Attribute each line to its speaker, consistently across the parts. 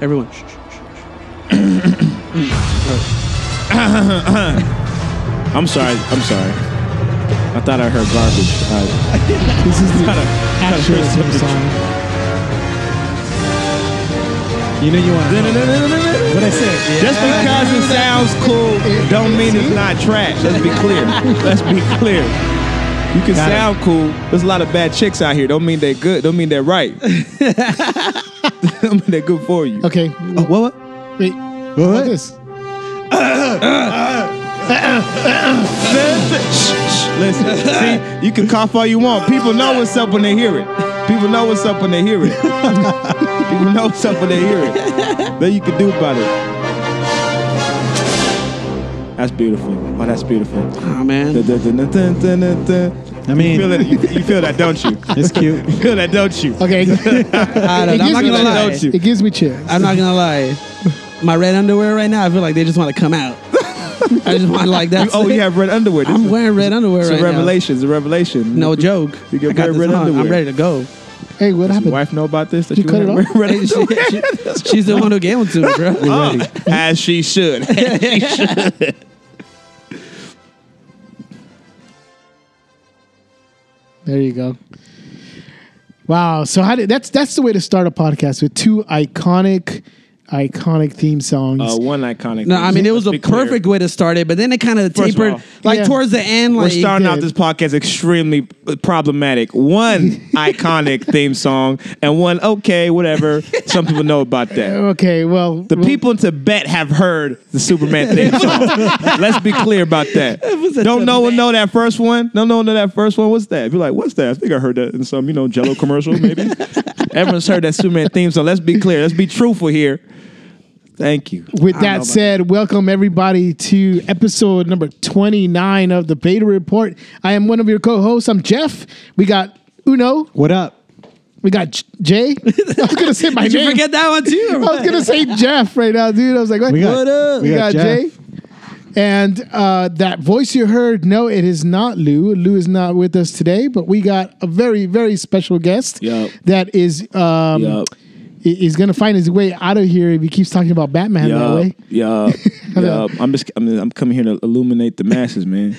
Speaker 1: Everyone. Shh, shh, shh, shh.
Speaker 2: I'm sorry. I'm sorry. I thought I heard garbage. Uh,
Speaker 3: This is the
Speaker 2: gotta- gotta
Speaker 3: actual
Speaker 2: hear
Speaker 3: Zim
Speaker 2: something.
Speaker 3: song. You know you want to know what I said.
Speaker 2: Just because it sounds cool, don't mean it's not trash. Let's be clear. Let's be clear. You can
Speaker 3: Got it.
Speaker 2: sound cool. There's a lot of bad chicks out here. Don't mean they're good. Don't mean they're right. don't mean they're good for you.
Speaker 3: Okay.
Speaker 2: Oh, what? what?
Speaker 3: Wait. What? This.
Speaker 2: Listen, see, you can cough all you want. People know what's up when they hear it. People know what's up when they hear it. People know what's up when they hear it. Nothing you can do about it. That's beautiful. Oh, that's beautiful.
Speaker 1: Oh, man.
Speaker 2: Dun, dun, dun, dun, dun, dun, dun.
Speaker 4: I
Speaker 2: You
Speaker 4: mean,
Speaker 2: feel, it, you, you feel that, don't you?
Speaker 4: it's cute.
Speaker 2: You feel that, don't you?
Speaker 3: Okay.
Speaker 1: I don't,
Speaker 3: It
Speaker 1: I'm
Speaker 3: gives
Speaker 1: not
Speaker 3: me that,
Speaker 1: gonna lie.
Speaker 2: don't you?
Speaker 3: It gives me chills.
Speaker 1: I'm not gonna lie. My red underwear right now, I feel like they just want to come out. I just want like that.
Speaker 2: Oh, you have red underwear. This
Speaker 1: I'm
Speaker 2: is-
Speaker 1: wearing red underwear
Speaker 2: It's
Speaker 1: right
Speaker 2: a revelation. It's a revelation.
Speaker 1: now. No joke.
Speaker 2: You get
Speaker 1: I got
Speaker 2: red-
Speaker 1: this
Speaker 2: red
Speaker 1: on.
Speaker 2: underwear.
Speaker 1: I'm ready to go.
Speaker 3: Hey, what
Speaker 2: Does your
Speaker 3: happened?
Speaker 2: wife know about this? That
Speaker 3: You cut it
Speaker 2: have
Speaker 3: off?
Speaker 2: red
Speaker 1: She-
Speaker 2: underwear?
Speaker 1: she- she's the one who gave them to me, bro.
Speaker 2: As she should.
Speaker 3: There you go. Wow. So how did that's that's the way to start a podcast with two iconic, iconic theme songs.
Speaker 2: Uh, one iconic.
Speaker 1: No, I mean it was
Speaker 2: Let's be
Speaker 1: a
Speaker 2: clear.
Speaker 1: perfect way to start it, but then it kind of
Speaker 2: First of
Speaker 1: tapered
Speaker 2: all,
Speaker 1: like
Speaker 3: Yeah.
Speaker 1: towards the end. Like
Speaker 2: We're starting out
Speaker 3: did.
Speaker 2: this podcast extremely problematic. One iconic theme song and one okay, whatever. Some people know about that.
Speaker 3: okay. Well,
Speaker 2: The people in Tibet have heard the Superman theme song. Let's be clear about that.
Speaker 1: was a
Speaker 2: Don't no one know that first one? Don't no one know that first one? What's that? Be like, what's that? I think I heard that in some, you know, Jello commercial, maybe. Everyone's heard that Superman theme song. Let's be clear. Let's be truthful here. Thank you.
Speaker 3: With
Speaker 1: I don't know
Speaker 3: that
Speaker 1: about
Speaker 3: said, welcome everybody to episode number 29 of the Beta Report. I am one of your co-hosts. I'm Jeff. We got Uno.
Speaker 4: What up?
Speaker 3: We got J- Jay. I was gonna say my
Speaker 1: Did
Speaker 3: name.
Speaker 1: you forget that one too?
Speaker 3: I was gonna say Jeff right now, dude. I was like, what,
Speaker 4: We got-
Speaker 3: what up?
Speaker 4: we got
Speaker 3: Jay. And uh, that voice you heard, no, it is not Lou. Lou is not with us today, but we got a very, very special guest
Speaker 2: Yup.
Speaker 3: that is um,
Speaker 2: Yup.
Speaker 3: i- is gonna find his way out of here if he keeps talking about Batman that way.
Speaker 2: Yeah, yeah. I'm just I'm, I'm coming here to illuminate the masses, man.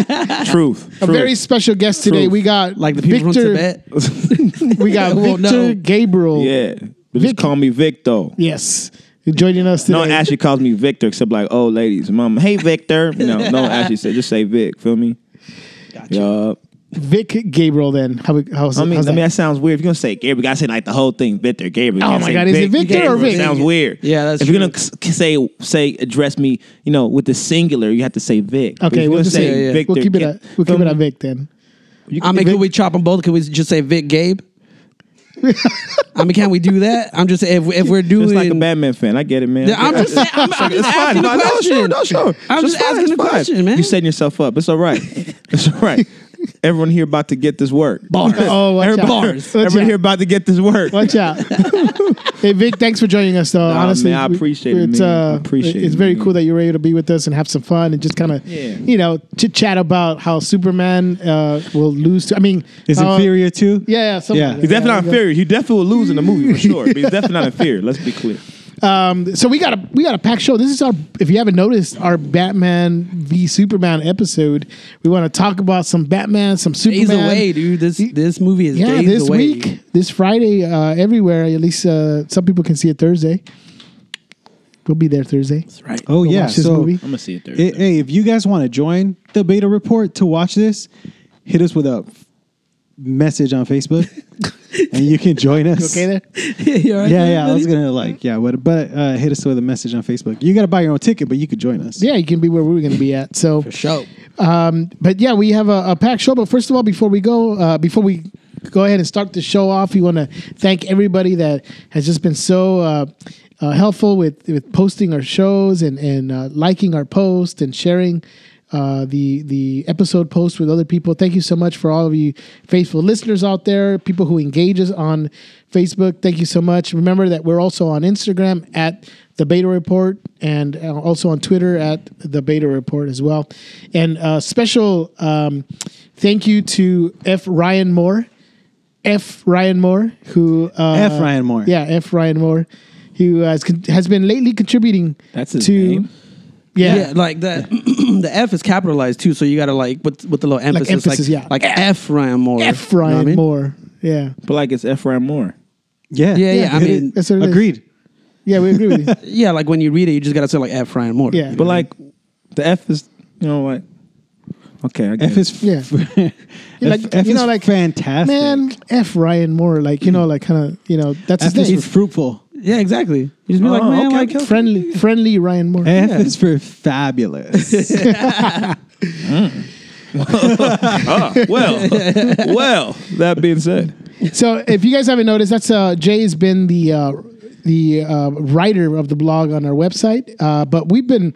Speaker 2: truth. truth.
Speaker 3: A very special guest today.
Speaker 2: Truth.
Speaker 3: We got
Speaker 1: Like the people
Speaker 3: Victor,
Speaker 1: from Tibet.
Speaker 3: We got
Speaker 1: Well,
Speaker 3: Victor
Speaker 1: no.
Speaker 3: Gabriel.
Speaker 2: yeah. But just
Speaker 3: Vic-
Speaker 2: call me Vic though.
Speaker 3: Yes, joining us today.
Speaker 2: No one actually calls me Victor except like old ladies. Mama, hey Victor. No, no one actually said just say Vic. Feel me? Gotcha.
Speaker 3: Vic Gabriel. Then how? we- How's,
Speaker 2: I mean, I
Speaker 3: how's that?
Speaker 2: mean that sounds weird. If you're gonna say Gabriel, you gotta say like the whole thing, Victor Gabriel. You
Speaker 3: Oh
Speaker 2: gotta
Speaker 3: my
Speaker 2: say
Speaker 3: God, is it Victor or
Speaker 2: Gabriel.
Speaker 3: Vic?
Speaker 2: Sounds weird.
Speaker 1: Yeah, that's
Speaker 2: If you're gonna
Speaker 1: true.
Speaker 2: s- say say address me, you know, with the singular, you have to say Vic. But if
Speaker 3: okay,
Speaker 2: you're
Speaker 3: we'll
Speaker 2: gonna
Speaker 3: just
Speaker 2: say
Speaker 3: say
Speaker 1: yeah.
Speaker 2: Victor. Um,
Speaker 3: we'll keep it.
Speaker 2: Ga-
Speaker 3: At, we'll keep it at Vic then.
Speaker 1: I mean, could we chop them both? Could we just say Vic Gabe? I mean, can we do that? I'm just if if we're doing.
Speaker 2: It's like a Batman fan. I get it, man.
Speaker 1: Yeah, I'm just saying- I'm- I'm just asking the question.
Speaker 2: No, sure, no, sure.
Speaker 1: I'm
Speaker 2: It's
Speaker 1: just asking
Speaker 2: it's
Speaker 1: the question, man.
Speaker 2: You setting yourself up. It's all right. It's all right. Everyone here about to get this work.
Speaker 3: Bars. Oh, watch out.
Speaker 2: Everybody,
Speaker 3: Bars. Watch
Speaker 2: everyone
Speaker 3: out.
Speaker 2: here about to get this work.
Speaker 3: Watch out. hey Vic, thanks for joining us though.
Speaker 2: Nah,
Speaker 3: Honestly,
Speaker 2: man, I
Speaker 3: we-
Speaker 2: appreciate it,
Speaker 3: It's, uh,
Speaker 2: man. I appreciate
Speaker 3: it's
Speaker 2: it,
Speaker 3: very
Speaker 2: man.
Speaker 3: cool that you were able to be with us and have some fun and just kind of,
Speaker 2: Yeah.
Speaker 3: you know, chit chat about how Superman uh, will lose. To, I mean,
Speaker 4: Is
Speaker 3: how-
Speaker 4: inferior too?
Speaker 3: Uh, Yeah, yeah, something
Speaker 4: Yeah.
Speaker 3: like that.
Speaker 2: He's definitely not
Speaker 3: Yeah, there you go.
Speaker 2: inferior. He definitely will lose in the movie for sure. But he's definitely not inferior. Let's be clear.
Speaker 3: Um, so we got a we got a packed show. This is our if you haven't noticed our Batman v Superman episode. We want to talk about some Batman, some Superman.
Speaker 1: Days away, dude. This this movie is
Speaker 3: Yeah,
Speaker 1: days
Speaker 3: this
Speaker 1: away.
Speaker 3: week, this Friday, uh, everywhere. At least uh, some people can see it Thursday. We'll be there Thursday.
Speaker 1: That's right.
Speaker 4: Oh
Speaker 3: Go
Speaker 4: yeah.
Speaker 3: watch this
Speaker 4: so
Speaker 3: movie.
Speaker 2: I'm gonna see it there.
Speaker 4: i- hey, if you guys want to join the beta report to watch this, hit us with a f- message on Facebook, and you can join
Speaker 3: You
Speaker 4: us.
Speaker 3: okay there?
Speaker 1: You all right
Speaker 4: Yeah,
Speaker 1: there,
Speaker 4: yeah. I
Speaker 1: buddy?
Speaker 4: was gonna like, yeah, what, but uh, hit us with a message on Facebook. You gotta buy your own ticket, but you could join us.
Speaker 3: Yeah, you can be where we were going to be at. So,
Speaker 1: For sure.
Speaker 3: um, but yeah, we have a, a packed show. But first of all, before we go, uh, before we go ahead and start the show off, we want to thank everybody that has just been so uh, uh, helpful with with posting our shows and and uh, liking our post and sharing. Uh, the the episode post with other people. Thank you so much for all of you faithful listeners out there, people who engage us on Facebook. Thank you so much. Remember that we're also on Instagram at the Beta Report and uh, also on Twitter at the Beta Report as well. And uh, special um, thank you to F Ryan Moore, F Ryan Moore, who uh,
Speaker 4: F. Ryan Moore.
Speaker 3: yeah, F Ryan Moore. who uh, has, con- has been lately contributing
Speaker 2: That's his
Speaker 3: to.
Speaker 2: name?
Speaker 3: Yeah.
Speaker 1: like that. the F is capitalized too, so you gotta like with with the little emphasis, like
Speaker 3: emphasis, yeah.
Speaker 1: like F Ryan Moore,
Speaker 3: F.
Speaker 1: You know what I
Speaker 3: Ryan
Speaker 1: mean?
Speaker 3: Moore. Yeah.
Speaker 2: But like it's Ephraim Moore.
Speaker 4: Yeah,
Speaker 1: Yeah, yeah, I
Speaker 4: Hit it.
Speaker 1: mean-
Speaker 3: That's what it is.
Speaker 4: agreed.
Speaker 3: Yeah, we agree with you.
Speaker 1: Yeah, like when you read it, you just gotta say like F Ryan Moore.
Speaker 3: Yeah.
Speaker 2: But like the F is you know like okay. I get
Speaker 4: F
Speaker 2: it.
Speaker 4: is
Speaker 3: Yeah. like,
Speaker 4: F, F
Speaker 3: you
Speaker 4: is
Speaker 3: know, like,
Speaker 4: fantastic.
Speaker 3: Man, F. Ryan Moore. Like, you know, like kind of, you know, that's
Speaker 4: F
Speaker 3: his
Speaker 4: is
Speaker 3: name.
Speaker 4: for fruitful.
Speaker 1: yeah, exactly. You just be
Speaker 2: Oh,
Speaker 1: like, man,
Speaker 2: okay,
Speaker 1: like
Speaker 2: okay.
Speaker 3: friendly, friendly Ryan Moore.
Speaker 4: F is for fabulous.
Speaker 2: Ah, well, well. That being said,
Speaker 3: So if you guys haven't noticed, that's uh, Jay has been the uh, the uh, writer of the blog on our website, uh, but we've been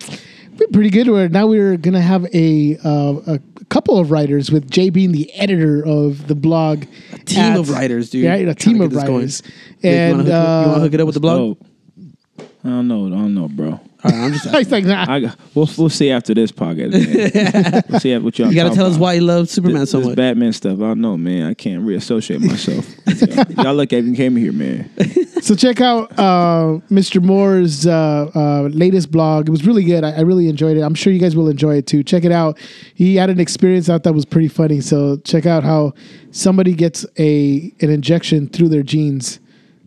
Speaker 3: been pretty good. Where now we're gonna have a uh, a couple of writers with Jay being the editor of the blog. A
Speaker 1: team of writers, dude.
Speaker 3: Right, a
Speaker 1: Trying to
Speaker 3: team
Speaker 1: get
Speaker 3: of
Speaker 1: this going.
Speaker 3: writers.
Speaker 1: Yeah, you
Speaker 3: And uh,
Speaker 1: wanna hook, up- you wanna hook it up with the blog?
Speaker 2: oh, I don't know. I don't know, bro.
Speaker 1: All right, I'm just.
Speaker 3: uh, it's like nah.
Speaker 2: I got- we'll we'll see after this podcast. Man. we'll see what y'all.
Speaker 1: You gotta
Speaker 2: talk
Speaker 1: tell us
Speaker 2: about.
Speaker 1: why you love Superman
Speaker 2: This,
Speaker 1: so
Speaker 2: this
Speaker 1: much.
Speaker 2: Batman stuff, I don't know, man. I can't reassociate myself. Y'all look even came here, man.
Speaker 3: so check out uh, Mr. Moore's uh, uh, latest blog. It was really good. I, I really enjoyed it. I'm sure you guys will enjoy it too. Check it out. He had an experience out that was pretty funny. So check out how somebody gets a an injection through their genes,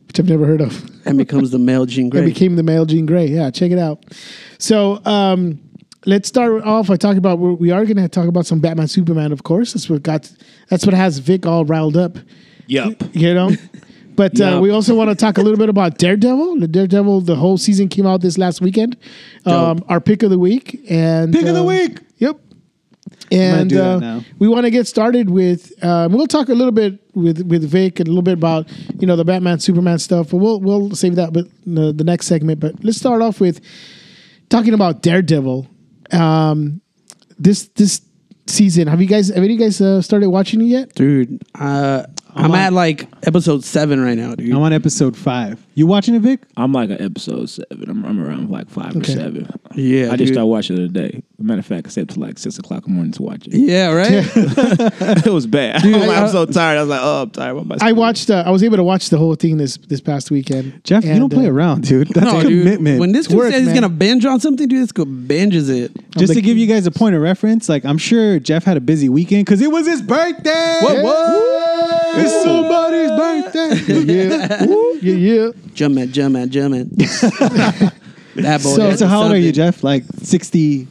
Speaker 3: which I've never heard of.
Speaker 1: and becomes the male Jean Grey.
Speaker 3: It became the male Jean Grey. Yeah, check it out. So um, let's start off by talking about we are going to talk about some Batman Superman, of course. That's what got that's what has Vic all riled up.
Speaker 2: Yup.
Speaker 3: You know? But uh,
Speaker 1: Yup.
Speaker 3: we also want to talk a little bit about Daredevil. The Daredevil, the whole season came out this last weekend. Um, our pick of the week and
Speaker 4: Pick of the
Speaker 3: uh,
Speaker 4: week!
Speaker 3: Yep. And
Speaker 4: do that
Speaker 3: uh,
Speaker 4: now.
Speaker 3: we want to get started with. Um, we'll talk a little bit with with Vic and a little bit about you know the Batman Superman stuff, but we'll we'll save that with the, the next segment. But let's start off with talking about Daredevil. Um, this this season, have you guys have any of you guys uh, started watching it yet?
Speaker 1: dude. Uh, I'm, at like episode seven right now, dude.
Speaker 4: I'm on episode five. You watching it, Vic?
Speaker 2: I'm like an episode seven. I'm, I'm around like five
Speaker 3: Okay.
Speaker 2: or seven. I
Speaker 1: Yeah,
Speaker 2: just
Speaker 1: dude.
Speaker 2: started watching it today. Matter of fact, I stayed up till like six o'clock in the morning to watch it.
Speaker 1: yeah, right.
Speaker 2: it was bad. I was like, I'm so tired. I was like, oh, I'm tired. I'm about to
Speaker 3: I
Speaker 2: sleep.
Speaker 3: watched. Uh, I was able to watch the whole thing this this past weekend.
Speaker 4: Jeff, you
Speaker 3: And,
Speaker 4: don't play
Speaker 3: uh,
Speaker 4: around, dude. That's
Speaker 1: No,
Speaker 4: a
Speaker 1: dude.
Speaker 4: commitment.
Speaker 1: When this
Speaker 3: It's
Speaker 1: dude
Speaker 3: work,
Speaker 1: says he's
Speaker 3: man.
Speaker 1: gonna binge on something, dude, this guy binges it.
Speaker 4: Just
Speaker 3: I'm
Speaker 4: to
Speaker 3: like-
Speaker 4: give you guys a point of reference, like I'm sure Jeff had a busy weekend because it was his birthday.
Speaker 2: What? what?
Speaker 4: It's somebody's birthday.
Speaker 3: Yeah, Woo, yeah, yeah.
Speaker 1: Jump at, jump at, jump at. that
Speaker 3: So-
Speaker 1: boy. is
Speaker 3: That's
Speaker 4: so how old are you,
Speaker 1: something.
Speaker 4: Jeff? Like 60.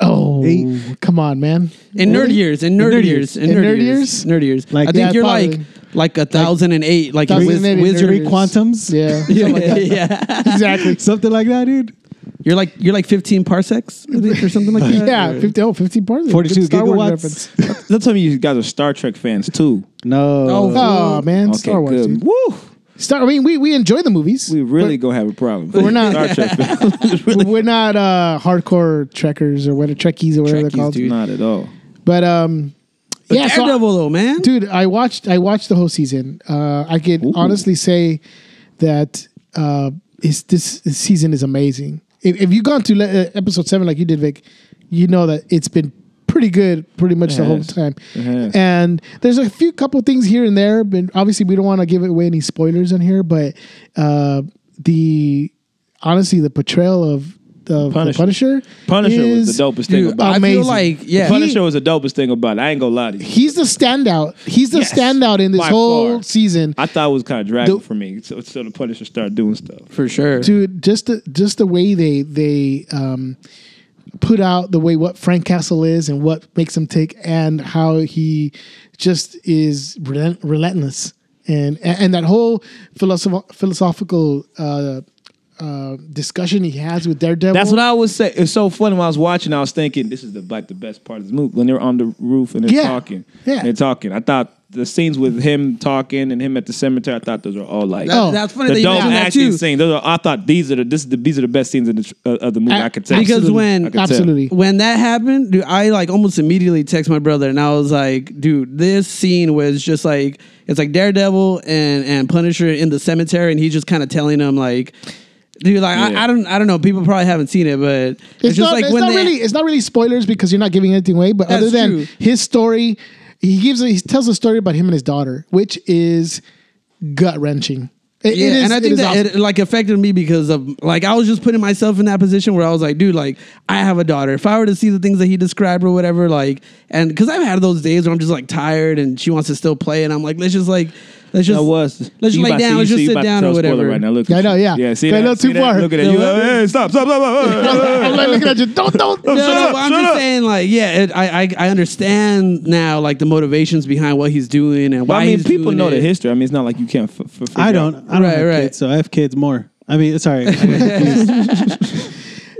Speaker 3: Oh,
Speaker 4: Eight.
Speaker 3: come on, man.
Speaker 1: In nerd years, in nerd, years, in nerd years, nerd years.
Speaker 4: Like-
Speaker 1: I think
Speaker 3: Yeah,
Speaker 1: you're
Speaker 3: probably.
Speaker 1: like like a thousand and eight, like, a
Speaker 3: 1008
Speaker 1: wiz-
Speaker 3: nerd
Speaker 1: wizard.
Speaker 4: Three
Speaker 3: years.
Speaker 4: quantums.
Speaker 3: Yeah,
Speaker 1: Yeah, yeah.
Speaker 3: exactly.
Speaker 4: Something like that, dude.
Speaker 1: You're like you're like 15 parsecs I think, or something like that.
Speaker 3: Yeah,
Speaker 1: or-
Speaker 3: 50, oh, 15 parts.
Speaker 4: 42
Speaker 3: Good Star Wars
Speaker 4: gigawatts.
Speaker 3: reference.
Speaker 2: Don't tell me you guys are Star Trek fans too.
Speaker 4: No.
Speaker 1: Oh,
Speaker 3: Oh man,
Speaker 2: Okay,
Speaker 3: Star Wars.
Speaker 2: good.
Speaker 3: Dude.
Speaker 2: Woo!
Speaker 3: Star. I mean, we we enjoy the movies.
Speaker 2: We really gonna have a problem.
Speaker 3: we're not-
Speaker 2: Star Trek fans.
Speaker 3: but we're not uh, hardcore trekkers or whatever trekkies or whatever
Speaker 1: Trekkies,
Speaker 3: they're called.
Speaker 1: dude.
Speaker 2: not at all.
Speaker 3: But um,
Speaker 1: But
Speaker 3: yeah, so-
Speaker 1: Daredevil though, man.
Speaker 3: dude i watched i watched the whole season uh i can honestly say that uh is this, this season is amazing if, if you've gone to le- uh, episode seven like you did vic you know that it's been pretty good pretty much the whole
Speaker 2: has.
Speaker 3: time
Speaker 2: It has.
Speaker 3: and there's a few couple things here and there but obviously we don't want to give away any spoilers in here but uh the honestly the portrayal of of
Speaker 2: Punisher.
Speaker 3: the Punisher.
Speaker 2: Punisher was
Speaker 3: is-
Speaker 2: the dopest thing
Speaker 1: Dude,
Speaker 2: about.
Speaker 1: I
Speaker 3: amazing.
Speaker 1: feel like yeah.
Speaker 2: it. Punisher was the dopest thing about. it. I ain't gonna lie to you.
Speaker 3: He's the standout. He's the
Speaker 2: Yes,
Speaker 3: standout in this
Speaker 2: by
Speaker 3: whole
Speaker 2: far.
Speaker 3: season.
Speaker 2: I thought it was kind of dragging
Speaker 3: The-
Speaker 2: for me. So, so the Punisher started doing stuff.
Speaker 1: for sure.
Speaker 3: dude just the just the way they they um put out the way what frank castle is and what makes him tick and how he just is relent- relentless and and that whole philosoph- philosophical uh uh, discussion he has with Daredevil.
Speaker 2: That's what I always say. It's so funny when I was watching. I was thinking this is the like the best part of the movie when they're on the roof and they're
Speaker 3: Yeah.
Speaker 2: talking.
Speaker 3: Yeah.
Speaker 2: they're talking. I thought the scenes with him talking and him at the cemetery. I thought those were all like
Speaker 1: That-
Speaker 3: Oh.
Speaker 1: that's funny
Speaker 2: the
Speaker 1: that you
Speaker 2: dope
Speaker 1: mentioned that
Speaker 2: action
Speaker 1: too.
Speaker 2: scene. Those are, I thought these are the this is the these are the best scenes in the, tr- uh, of the movie.
Speaker 3: A-
Speaker 2: I could tell
Speaker 1: Because when-
Speaker 2: I could tell.
Speaker 3: absolutely,
Speaker 1: When that happened, dude, I like almost immediately text my brother and I was like, dude, this scene was just like it's like Daredevil and and Punisher in the cemetery and he's just kind of telling them like dude like I,
Speaker 2: Yeah.
Speaker 1: I don't I don't know, people probably haven't seen it, but it's,
Speaker 3: it's,
Speaker 1: just
Speaker 3: not,
Speaker 1: like
Speaker 3: it's
Speaker 1: when
Speaker 3: not
Speaker 1: they
Speaker 3: really it's not really spoilers because you're not giving anything away. But other
Speaker 1: That's
Speaker 3: than
Speaker 1: true.
Speaker 3: his story, he gives a, he tells a story about him and his daughter, which is gut wrenching. It-
Speaker 1: yeah,
Speaker 3: it is-
Speaker 1: and I
Speaker 3: it
Speaker 1: think
Speaker 3: is
Speaker 1: that
Speaker 3: awesome.
Speaker 1: it like affected me because of like I was just putting myself in that position where I was like, dude, like I have a daughter. If I were to see the things that he described or whatever, like, and because I've had those days where I'm just like tired and she wants to still play, and I'm like, let's just like, let's just
Speaker 2: That was.
Speaker 1: let's just
Speaker 2: You
Speaker 1: lay
Speaker 2: about to-
Speaker 1: down,
Speaker 2: you
Speaker 1: let's
Speaker 2: see,
Speaker 1: just
Speaker 2: you
Speaker 1: sit
Speaker 2: about to
Speaker 1: down
Speaker 2: tell
Speaker 1: or
Speaker 2: a spoiler
Speaker 1: whatever.
Speaker 2: Right now. Look
Speaker 3: I know, yeah.
Speaker 2: Yeah, see
Speaker 3: Got a
Speaker 2: that?
Speaker 3: little
Speaker 2: See
Speaker 3: too
Speaker 2: that?
Speaker 3: far.
Speaker 2: Look at that. You
Speaker 1: Yeah.
Speaker 2: like, hey, stop, stop, stop, stop. stop, stop.
Speaker 3: I'm like looking at you. Don't, don't.
Speaker 1: No,
Speaker 2: Shut
Speaker 1: no,
Speaker 2: up,
Speaker 1: but I'm
Speaker 2: shut
Speaker 1: just
Speaker 2: up.
Speaker 1: saying, like, yeah, it, I, I I understand now, like the motivations behind what he's doing and
Speaker 2: But
Speaker 1: why
Speaker 2: I mean,
Speaker 1: he's
Speaker 2: people
Speaker 1: doing
Speaker 2: know
Speaker 1: it.
Speaker 2: the history. I mean, it's not like you can't. F- f- figure
Speaker 4: I
Speaker 2: out.
Speaker 4: don't. I don't
Speaker 1: Right,
Speaker 4: have
Speaker 1: right.
Speaker 4: kids, so I have kids more. I mean, sorry.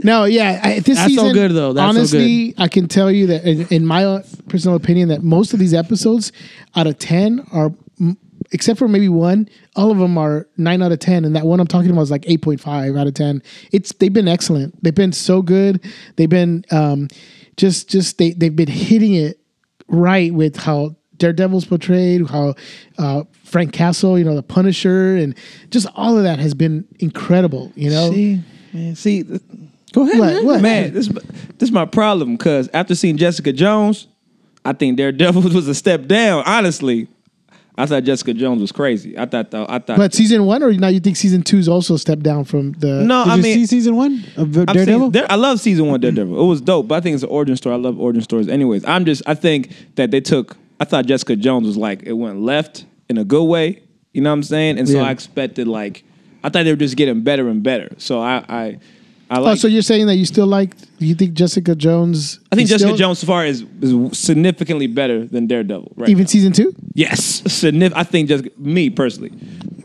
Speaker 3: No, yeah. I, this
Speaker 1: That's so
Speaker 3: season,
Speaker 1: good, though. That's so
Speaker 3: honestly, I can tell you that, in, in my personal opinion, that most of these episodes, out of ten, are mm, except for maybe one, all of them are nine out of ten, and that one I'm talking about is like eight point five out of ten. It's they've been excellent. They've been so good. They've been um, just just they they've been hitting it right with how Daredevil's portrayed, how uh, Frank Castle, you know, the Punisher, and just all of that has been incredible. You know,
Speaker 2: See, man, see, th-
Speaker 1: Go ahead,
Speaker 3: What?
Speaker 1: man.
Speaker 3: What?
Speaker 2: man, this this is my problem because after seeing Jessica Jones, I think Daredevil was a step down. Honestly, I thought Jessica Jones was crazy. I thought, though, I thought,
Speaker 3: But season one, or now you think season two's also stepped down from the?
Speaker 2: no,
Speaker 4: Did
Speaker 2: I
Speaker 4: you
Speaker 2: mean,
Speaker 4: see season one of
Speaker 2: I've seen-
Speaker 4: Daredevil?
Speaker 2: Dare- I love season one Daredevil. It was dope, but I think it's an origin story. I love origin stories. Anyways, I'm just I think that they took. I thought Jessica Jones was like it went left in a good way. You know what I'm saying? And so
Speaker 1: Yeah.
Speaker 2: I expected like I thought they were just getting better and better. So I I I
Speaker 3: Oh,
Speaker 2: like.
Speaker 3: so you're saying that you still like? You think Jessica Jones?
Speaker 2: I think
Speaker 3: is
Speaker 2: Jessica
Speaker 3: still-
Speaker 2: Jones so far is is significantly better than Daredevil. Right.
Speaker 3: even
Speaker 2: now.
Speaker 3: season two.
Speaker 2: yes, signif- I think just me personally.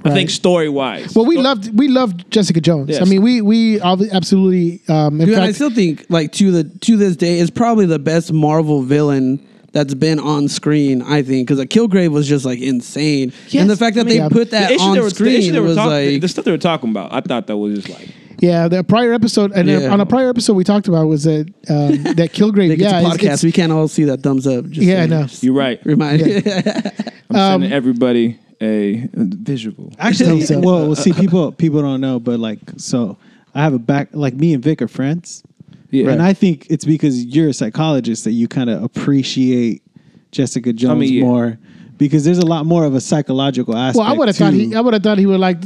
Speaker 2: I think story wise.
Speaker 3: Well, we loved we loved Jessica Jones.
Speaker 2: Yes.
Speaker 3: I mean, we we ob- absolutely. Um, in
Speaker 1: Dude, and I
Speaker 3: fact,
Speaker 1: still think like to the to this day is probably the best Marvel villain that's been on screen. I think because Kilgrave was just like insane, and the fact that
Speaker 3: I mean,
Speaker 1: they
Speaker 3: yeah.
Speaker 1: put that on screen was
Speaker 2: talking,
Speaker 1: like
Speaker 2: the stuff they were talking about. I thought that was just like
Speaker 3: yeah, the prior episode and
Speaker 1: Yeah.
Speaker 3: on a prior episode we talked about was that um, that Kilgrave.
Speaker 1: it's
Speaker 3: yeah,
Speaker 1: a
Speaker 3: it's-
Speaker 1: podcast.
Speaker 3: it's-
Speaker 1: we can't all see that thumbs up. Just
Speaker 3: yeah, I
Speaker 1: saying.
Speaker 3: know.
Speaker 2: you're right.
Speaker 1: Remind
Speaker 2: I'm
Speaker 1: Um,
Speaker 2: sending everybody a visual.
Speaker 4: Actually,
Speaker 3: Thumbs up.
Speaker 4: well, well, see, people people don't know, but like, so I have a back. Like, me and Vic are friends,
Speaker 2: Yeah.
Speaker 4: and I think it's because you're a psychologist that you kind of appreciate Jessica Jones
Speaker 2: yeah.
Speaker 4: more because there's a lot more of a psychological aspect.
Speaker 3: Well, I would have
Speaker 4: to-
Speaker 3: thought he I would have thought he would like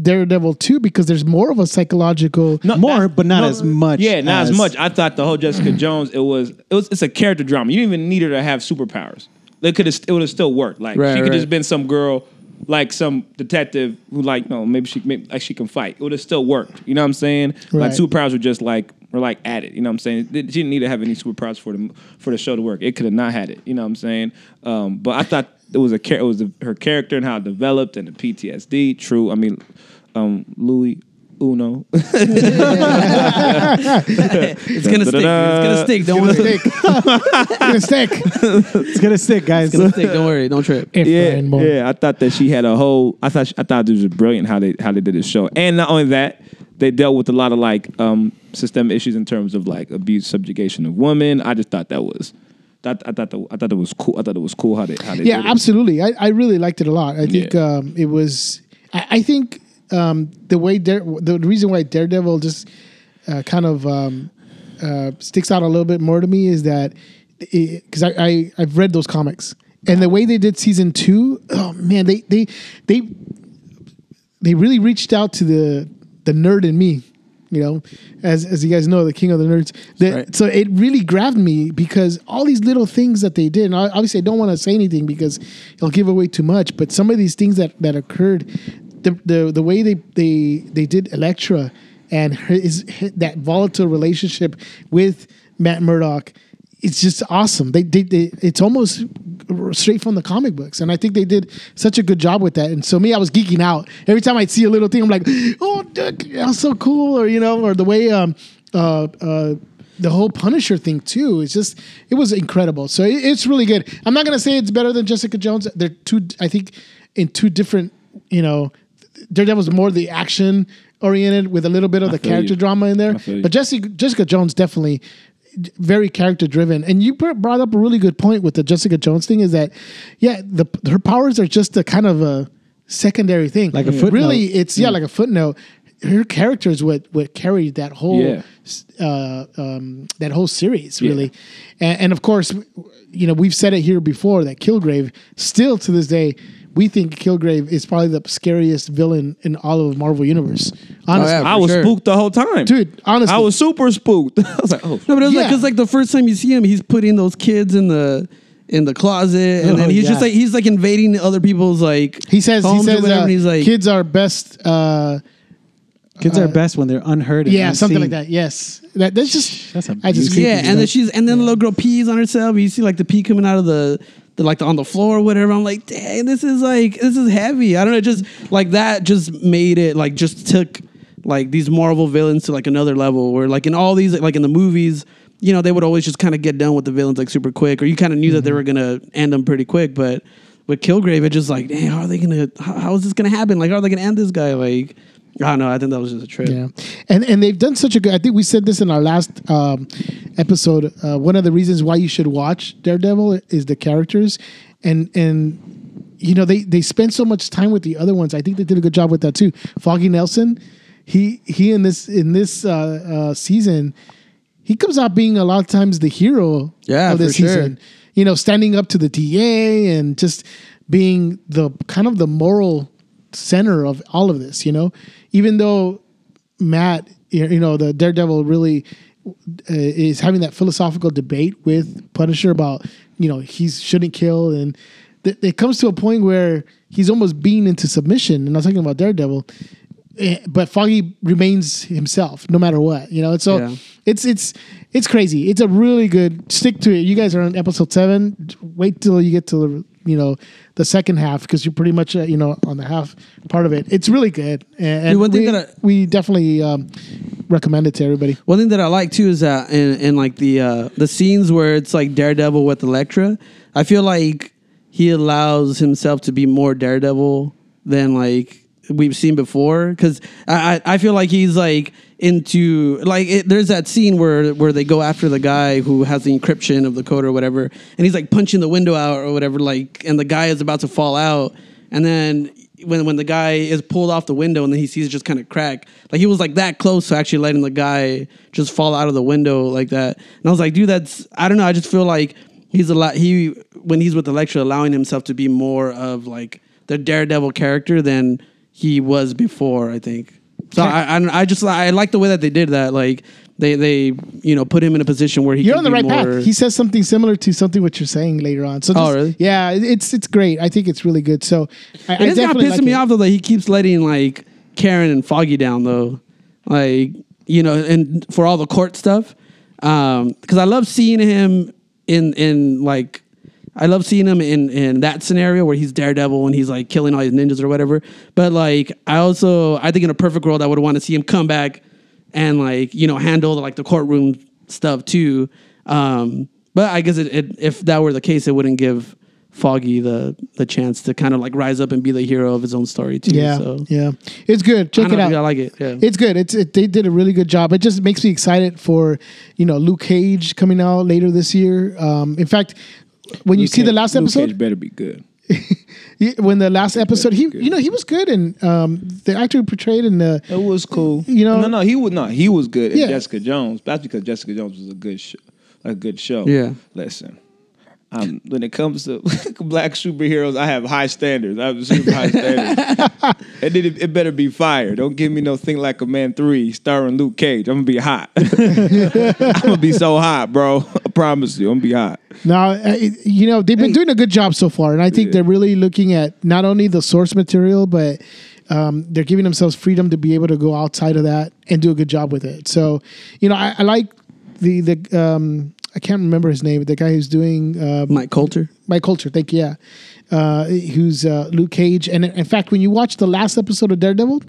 Speaker 3: Daredevil too because there's more of a psychological.
Speaker 4: more,
Speaker 2: that-
Speaker 4: but not
Speaker 2: no,
Speaker 4: as much.
Speaker 2: Yeah, not as, much. I thought the whole Jessica Jones. It was it was it's a character drama. You didn't even need her to have superpowers. They could it would have still worked. Like
Speaker 1: Right,
Speaker 2: she could
Speaker 1: right.
Speaker 2: just been some girl, like some detective who like no maybe she maybe, like she can fight. It would have still worked. You know what I'm saying? Like
Speaker 3: Right.
Speaker 2: superpowers were just like were like added. You know what I'm saying? She didn't need to have any superpowers for the for the show to work. It could have not had it. You know what I'm saying? Um, but I thought it was a char- it was the, her character and how it developed and the PTSD. True. I mean, um, Louis Uno.
Speaker 1: it's gonna stick. man. It's gonna stick. Don't worry.
Speaker 3: Stick. Gonna stick.
Speaker 4: It's gonna stick, guys.
Speaker 1: It's gonna stick. Don't worry. Don't trip.
Speaker 2: yeah,
Speaker 3: Efrain Moore.
Speaker 2: yeah. I thought that she had a whole. I thought she, I thought it was brilliant how they how they did this show, and not only that, they dealt with a lot of like um system issues in terms of like abuse, subjugation of women. I just thought that was. That, I thought that I thought that was cool. I thought it was cool how they how they
Speaker 3: yeah
Speaker 2: did it.
Speaker 3: absolutely I, I really liked it a lot i think
Speaker 2: Yeah.
Speaker 3: um, it was i, I think um, the way Dare, the reason why daredevil just uh, kind of um, uh, sticks out a little bit more to me is that because I, I i've read those comics and the way they did season two oh man they they they they really reached out to the the nerd in me you know as as you guys know the king of the nerds The-
Speaker 1: right.
Speaker 3: so it really grabbed me because all these little things that they did and I- obviously i don't want to say anything because it'll give away too much but some of these things that that occurred the the, the way they they they did Elektra and her, his, that volatile relationship with matt murdock it's just awesome. They, they, they it's almost straight from the comic books, and I think they did such a good job with that. And so me, I was geeking out every time I'd see a little thing. I'm like, oh, dude, that's so cool, or you know, or the way um uh uh. The whole Punisher thing too. It's just it was incredible. So it, it's really good. I'm not gonna say it's better than Jessica Jones. They're two. I think in two different. You know, Daredevil's more the action oriented with a little bit of the
Speaker 2: feel you.
Speaker 3: character drama in there.
Speaker 2: feel you.
Speaker 3: But Jessica Jessica Jones definitely very character driven. And you br- brought up a really good point with the Jessica Jones thing is that yeah, the her powers are just a kind of a secondary thing.
Speaker 4: Like a footnote.
Speaker 3: Really, it's yeah, like a footnote. Her character is what what carried that whole
Speaker 2: Yeah.
Speaker 3: s- uh, um, that whole series really, and, and of course, you know we've said it here before that Kilgrave still to this day we think Kilgrave is probably the scariest villain in all of Marvel Universe. Honestly,
Speaker 1: yeah.
Speaker 2: I
Speaker 1: for
Speaker 2: was
Speaker 1: sure.
Speaker 2: spooked the whole time,
Speaker 3: Dude, honestly.
Speaker 2: I was super spooked. I was like, oh,
Speaker 1: No, but it was like
Speaker 3: Yeah.
Speaker 1: because like the first time you see him, he's putting those kids in the in the closet, and
Speaker 4: Oh,
Speaker 1: then he's just
Speaker 4: yeah.
Speaker 1: like he's like invading other people's like
Speaker 3: Uh-huh, he says he
Speaker 1: homes or
Speaker 3: says
Speaker 1: whatever,
Speaker 3: uh,
Speaker 1: and he's like
Speaker 3: kids are best. Uh,
Speaker 4: Kids are best when they're unheard. and
Speaker 3: yeah, something like
Speaker 4: unseen.
Speaker 3: that. Yes, that, that's just
Speaker 4: That's a
Speaker 3: I just
Speaker 4: beautiful-
Speaker 3: creepy
Speaker 1: yeah, and then
Speaker 3: stuff.
Speaker 1: she's and then the little girl pees on herself. You see like the pee coming out of the, the like the, on the floor or whatever. I'm like, dang, this is like this is heavy. I don't know, just like that just made it like just took like these Marvel villains to like another level where like in all these like in the movies, you know, they would always just kind of get done with the villains like super quick, or you kind of knew that they were gonna end them pretty quick, but. With Kilgrave, it's just like, dang, how are they gonna? How, how is this gonna happen? Like, how are they gonna end this guy? Like, I don't know. I think that was just a trip.
Speaker 3: Yeah, and and they've done such a good. I think we said this in our last um, episode. Uh, one of the reasons why you should watch Daredevil is the characters, and and you know they they spend so much time with the other ones. I think they did a good job with that too. Foggy Nelson, he he in this in this uh, uh, season, he comes out being a lot of times the hero
Speaker 1: Yeah,
Speaker 3: of this
Speaker 1: for sure.
Speaker 3: season. You know, standing up to the DA and just being the kind of the moral center of all of this. You know, even though Matt, you you know, the Daredevil really uh, is having that philosophical debate with Punisher about you know he shouldn't kill, and th- it comes to a point where he's almost being into submission. And I'm talking about Daredevil, Eh, but Foggy remains himself no matter what. You know, and so
Speaker 1: Yeah.
Speaker 3: it's it's it's crazy. It's a really good stick to it. You guys are on episode seven. Wait till you get to the you know the second half because you're pretty much uh, you know on the half part of it. It's really good. And, and
Speaker 1: Dude, one
Speaker 3: we,
Speaker 1: thing that I-
Speaker 3: we definitely um, recommend it to everybody.
Speaker 1: One thing that I like too is that in, in like the uh, the scenes where it's like Daredevil with Elektra, I feel like he allows himself to be more Daredevil than like we've seen before. Because I, I I feel like he's like into like it, there's that scene where where they go after the guy who has the encryption of the code or whatever, and he's like punching the window out or whatever. Like and the guy is about to fall out, and then when when the guy is pulled off the window and then he sees it just kind of crack. Like he was like that close to actually letting the guy just fall out of the window like that. And I was like, dude, that's I don't know. I just feel like he's a lot. He when he's with Electra, allowing himself to be more of like the daredevil character than he was before. I think. So I, I I just I like the way that they did that. Like they they you know put him in a position where he
Speaker 3: You're
Speaker 1: can
Speaker 3: on the
Speaker 1: be
Speaker 3: right
Speaker 1: more-
Speaker 3: path. He says something similar to something what you're saying later on. So
Speaker 1: Oh,
Speaker 3: just,
Speaker 1: really?
Speaker 3: yeah, it- it's it's great. I think it's really good. So I, I
Speaker 1: It is kind of
Speaker 3: definitely
Speaker 1: pissing
Speaker 3: like
Speaker 1: me
Speaker 3: it.
Speaker 1: off though that he keeps letting like Karen and Foggy down though, like you know, and for all the court stuff, because I love seeing him in in like. I love seeing him in, in that scenario where he's daredevil and he's like killing all these ninjas or whatever. But like, I also I think in a perfect world I would want to see him come back and like you know handle like the courtroom stuff too. Um, but I guess it, it, if that were the case, it wouldn't give Foggy the the chance to kind of like rise up and be the hero of his own story too.
Speaker 3: Yeah,
Speaker 1: so.
Speaker 3: yeah, it's good. Check
Speaker 1: I
Speaker 3: it
Speaker 1: don't know,
Speaker 3: out.
Speaker 1: I like it, yeah.
Speaker 3: it's good. It's it, they did a really good job. It just makes me excited for you know Luke Cage coming out later this year. Um, in fact, when you see the last
Speaker 2: Luke
Speaker 3: episode,
Speaker 2: Cage better be good.
Speaker 3: he- when the last episode, he you know he was good and um, the actor who portrayed in the
Speaker 2: It was cool.
Speaker 3: You know-
Speaker 2: no, no, he was not. He was good.
Speaker 3: Yeah.
Speaker 2: at Jessica Jones. That's because Jessica Jones was a good, sh- a good show.
Speaker 1: Yeah.
Speaker 2: Listen, um, when it comes to black superheroes, I have high standards. I have super high standards. and it, it better be fire. Don't give me no thing like a man three starring Luke Cage. I'm gonna be hot. I'm gonna be so hot, bro. I promise you, I'm gonna be hot.
Speaker 3: Now, uh, you know, they've been doing a good job so far, and I think they're really looking at not only the source material, but um, they're giving themselves freedom to be able to go outside of that and do a good job with it. So, you know, I, I like the the um, I can't remember his name, but the guy who's doing uh,
Speaker 1: Mike Coulter.
Speaker 3: my culture. Thank you. Yeah. Uh, who's uh, Luke Cage? And in fact, when you watch the last episode of Daredevil,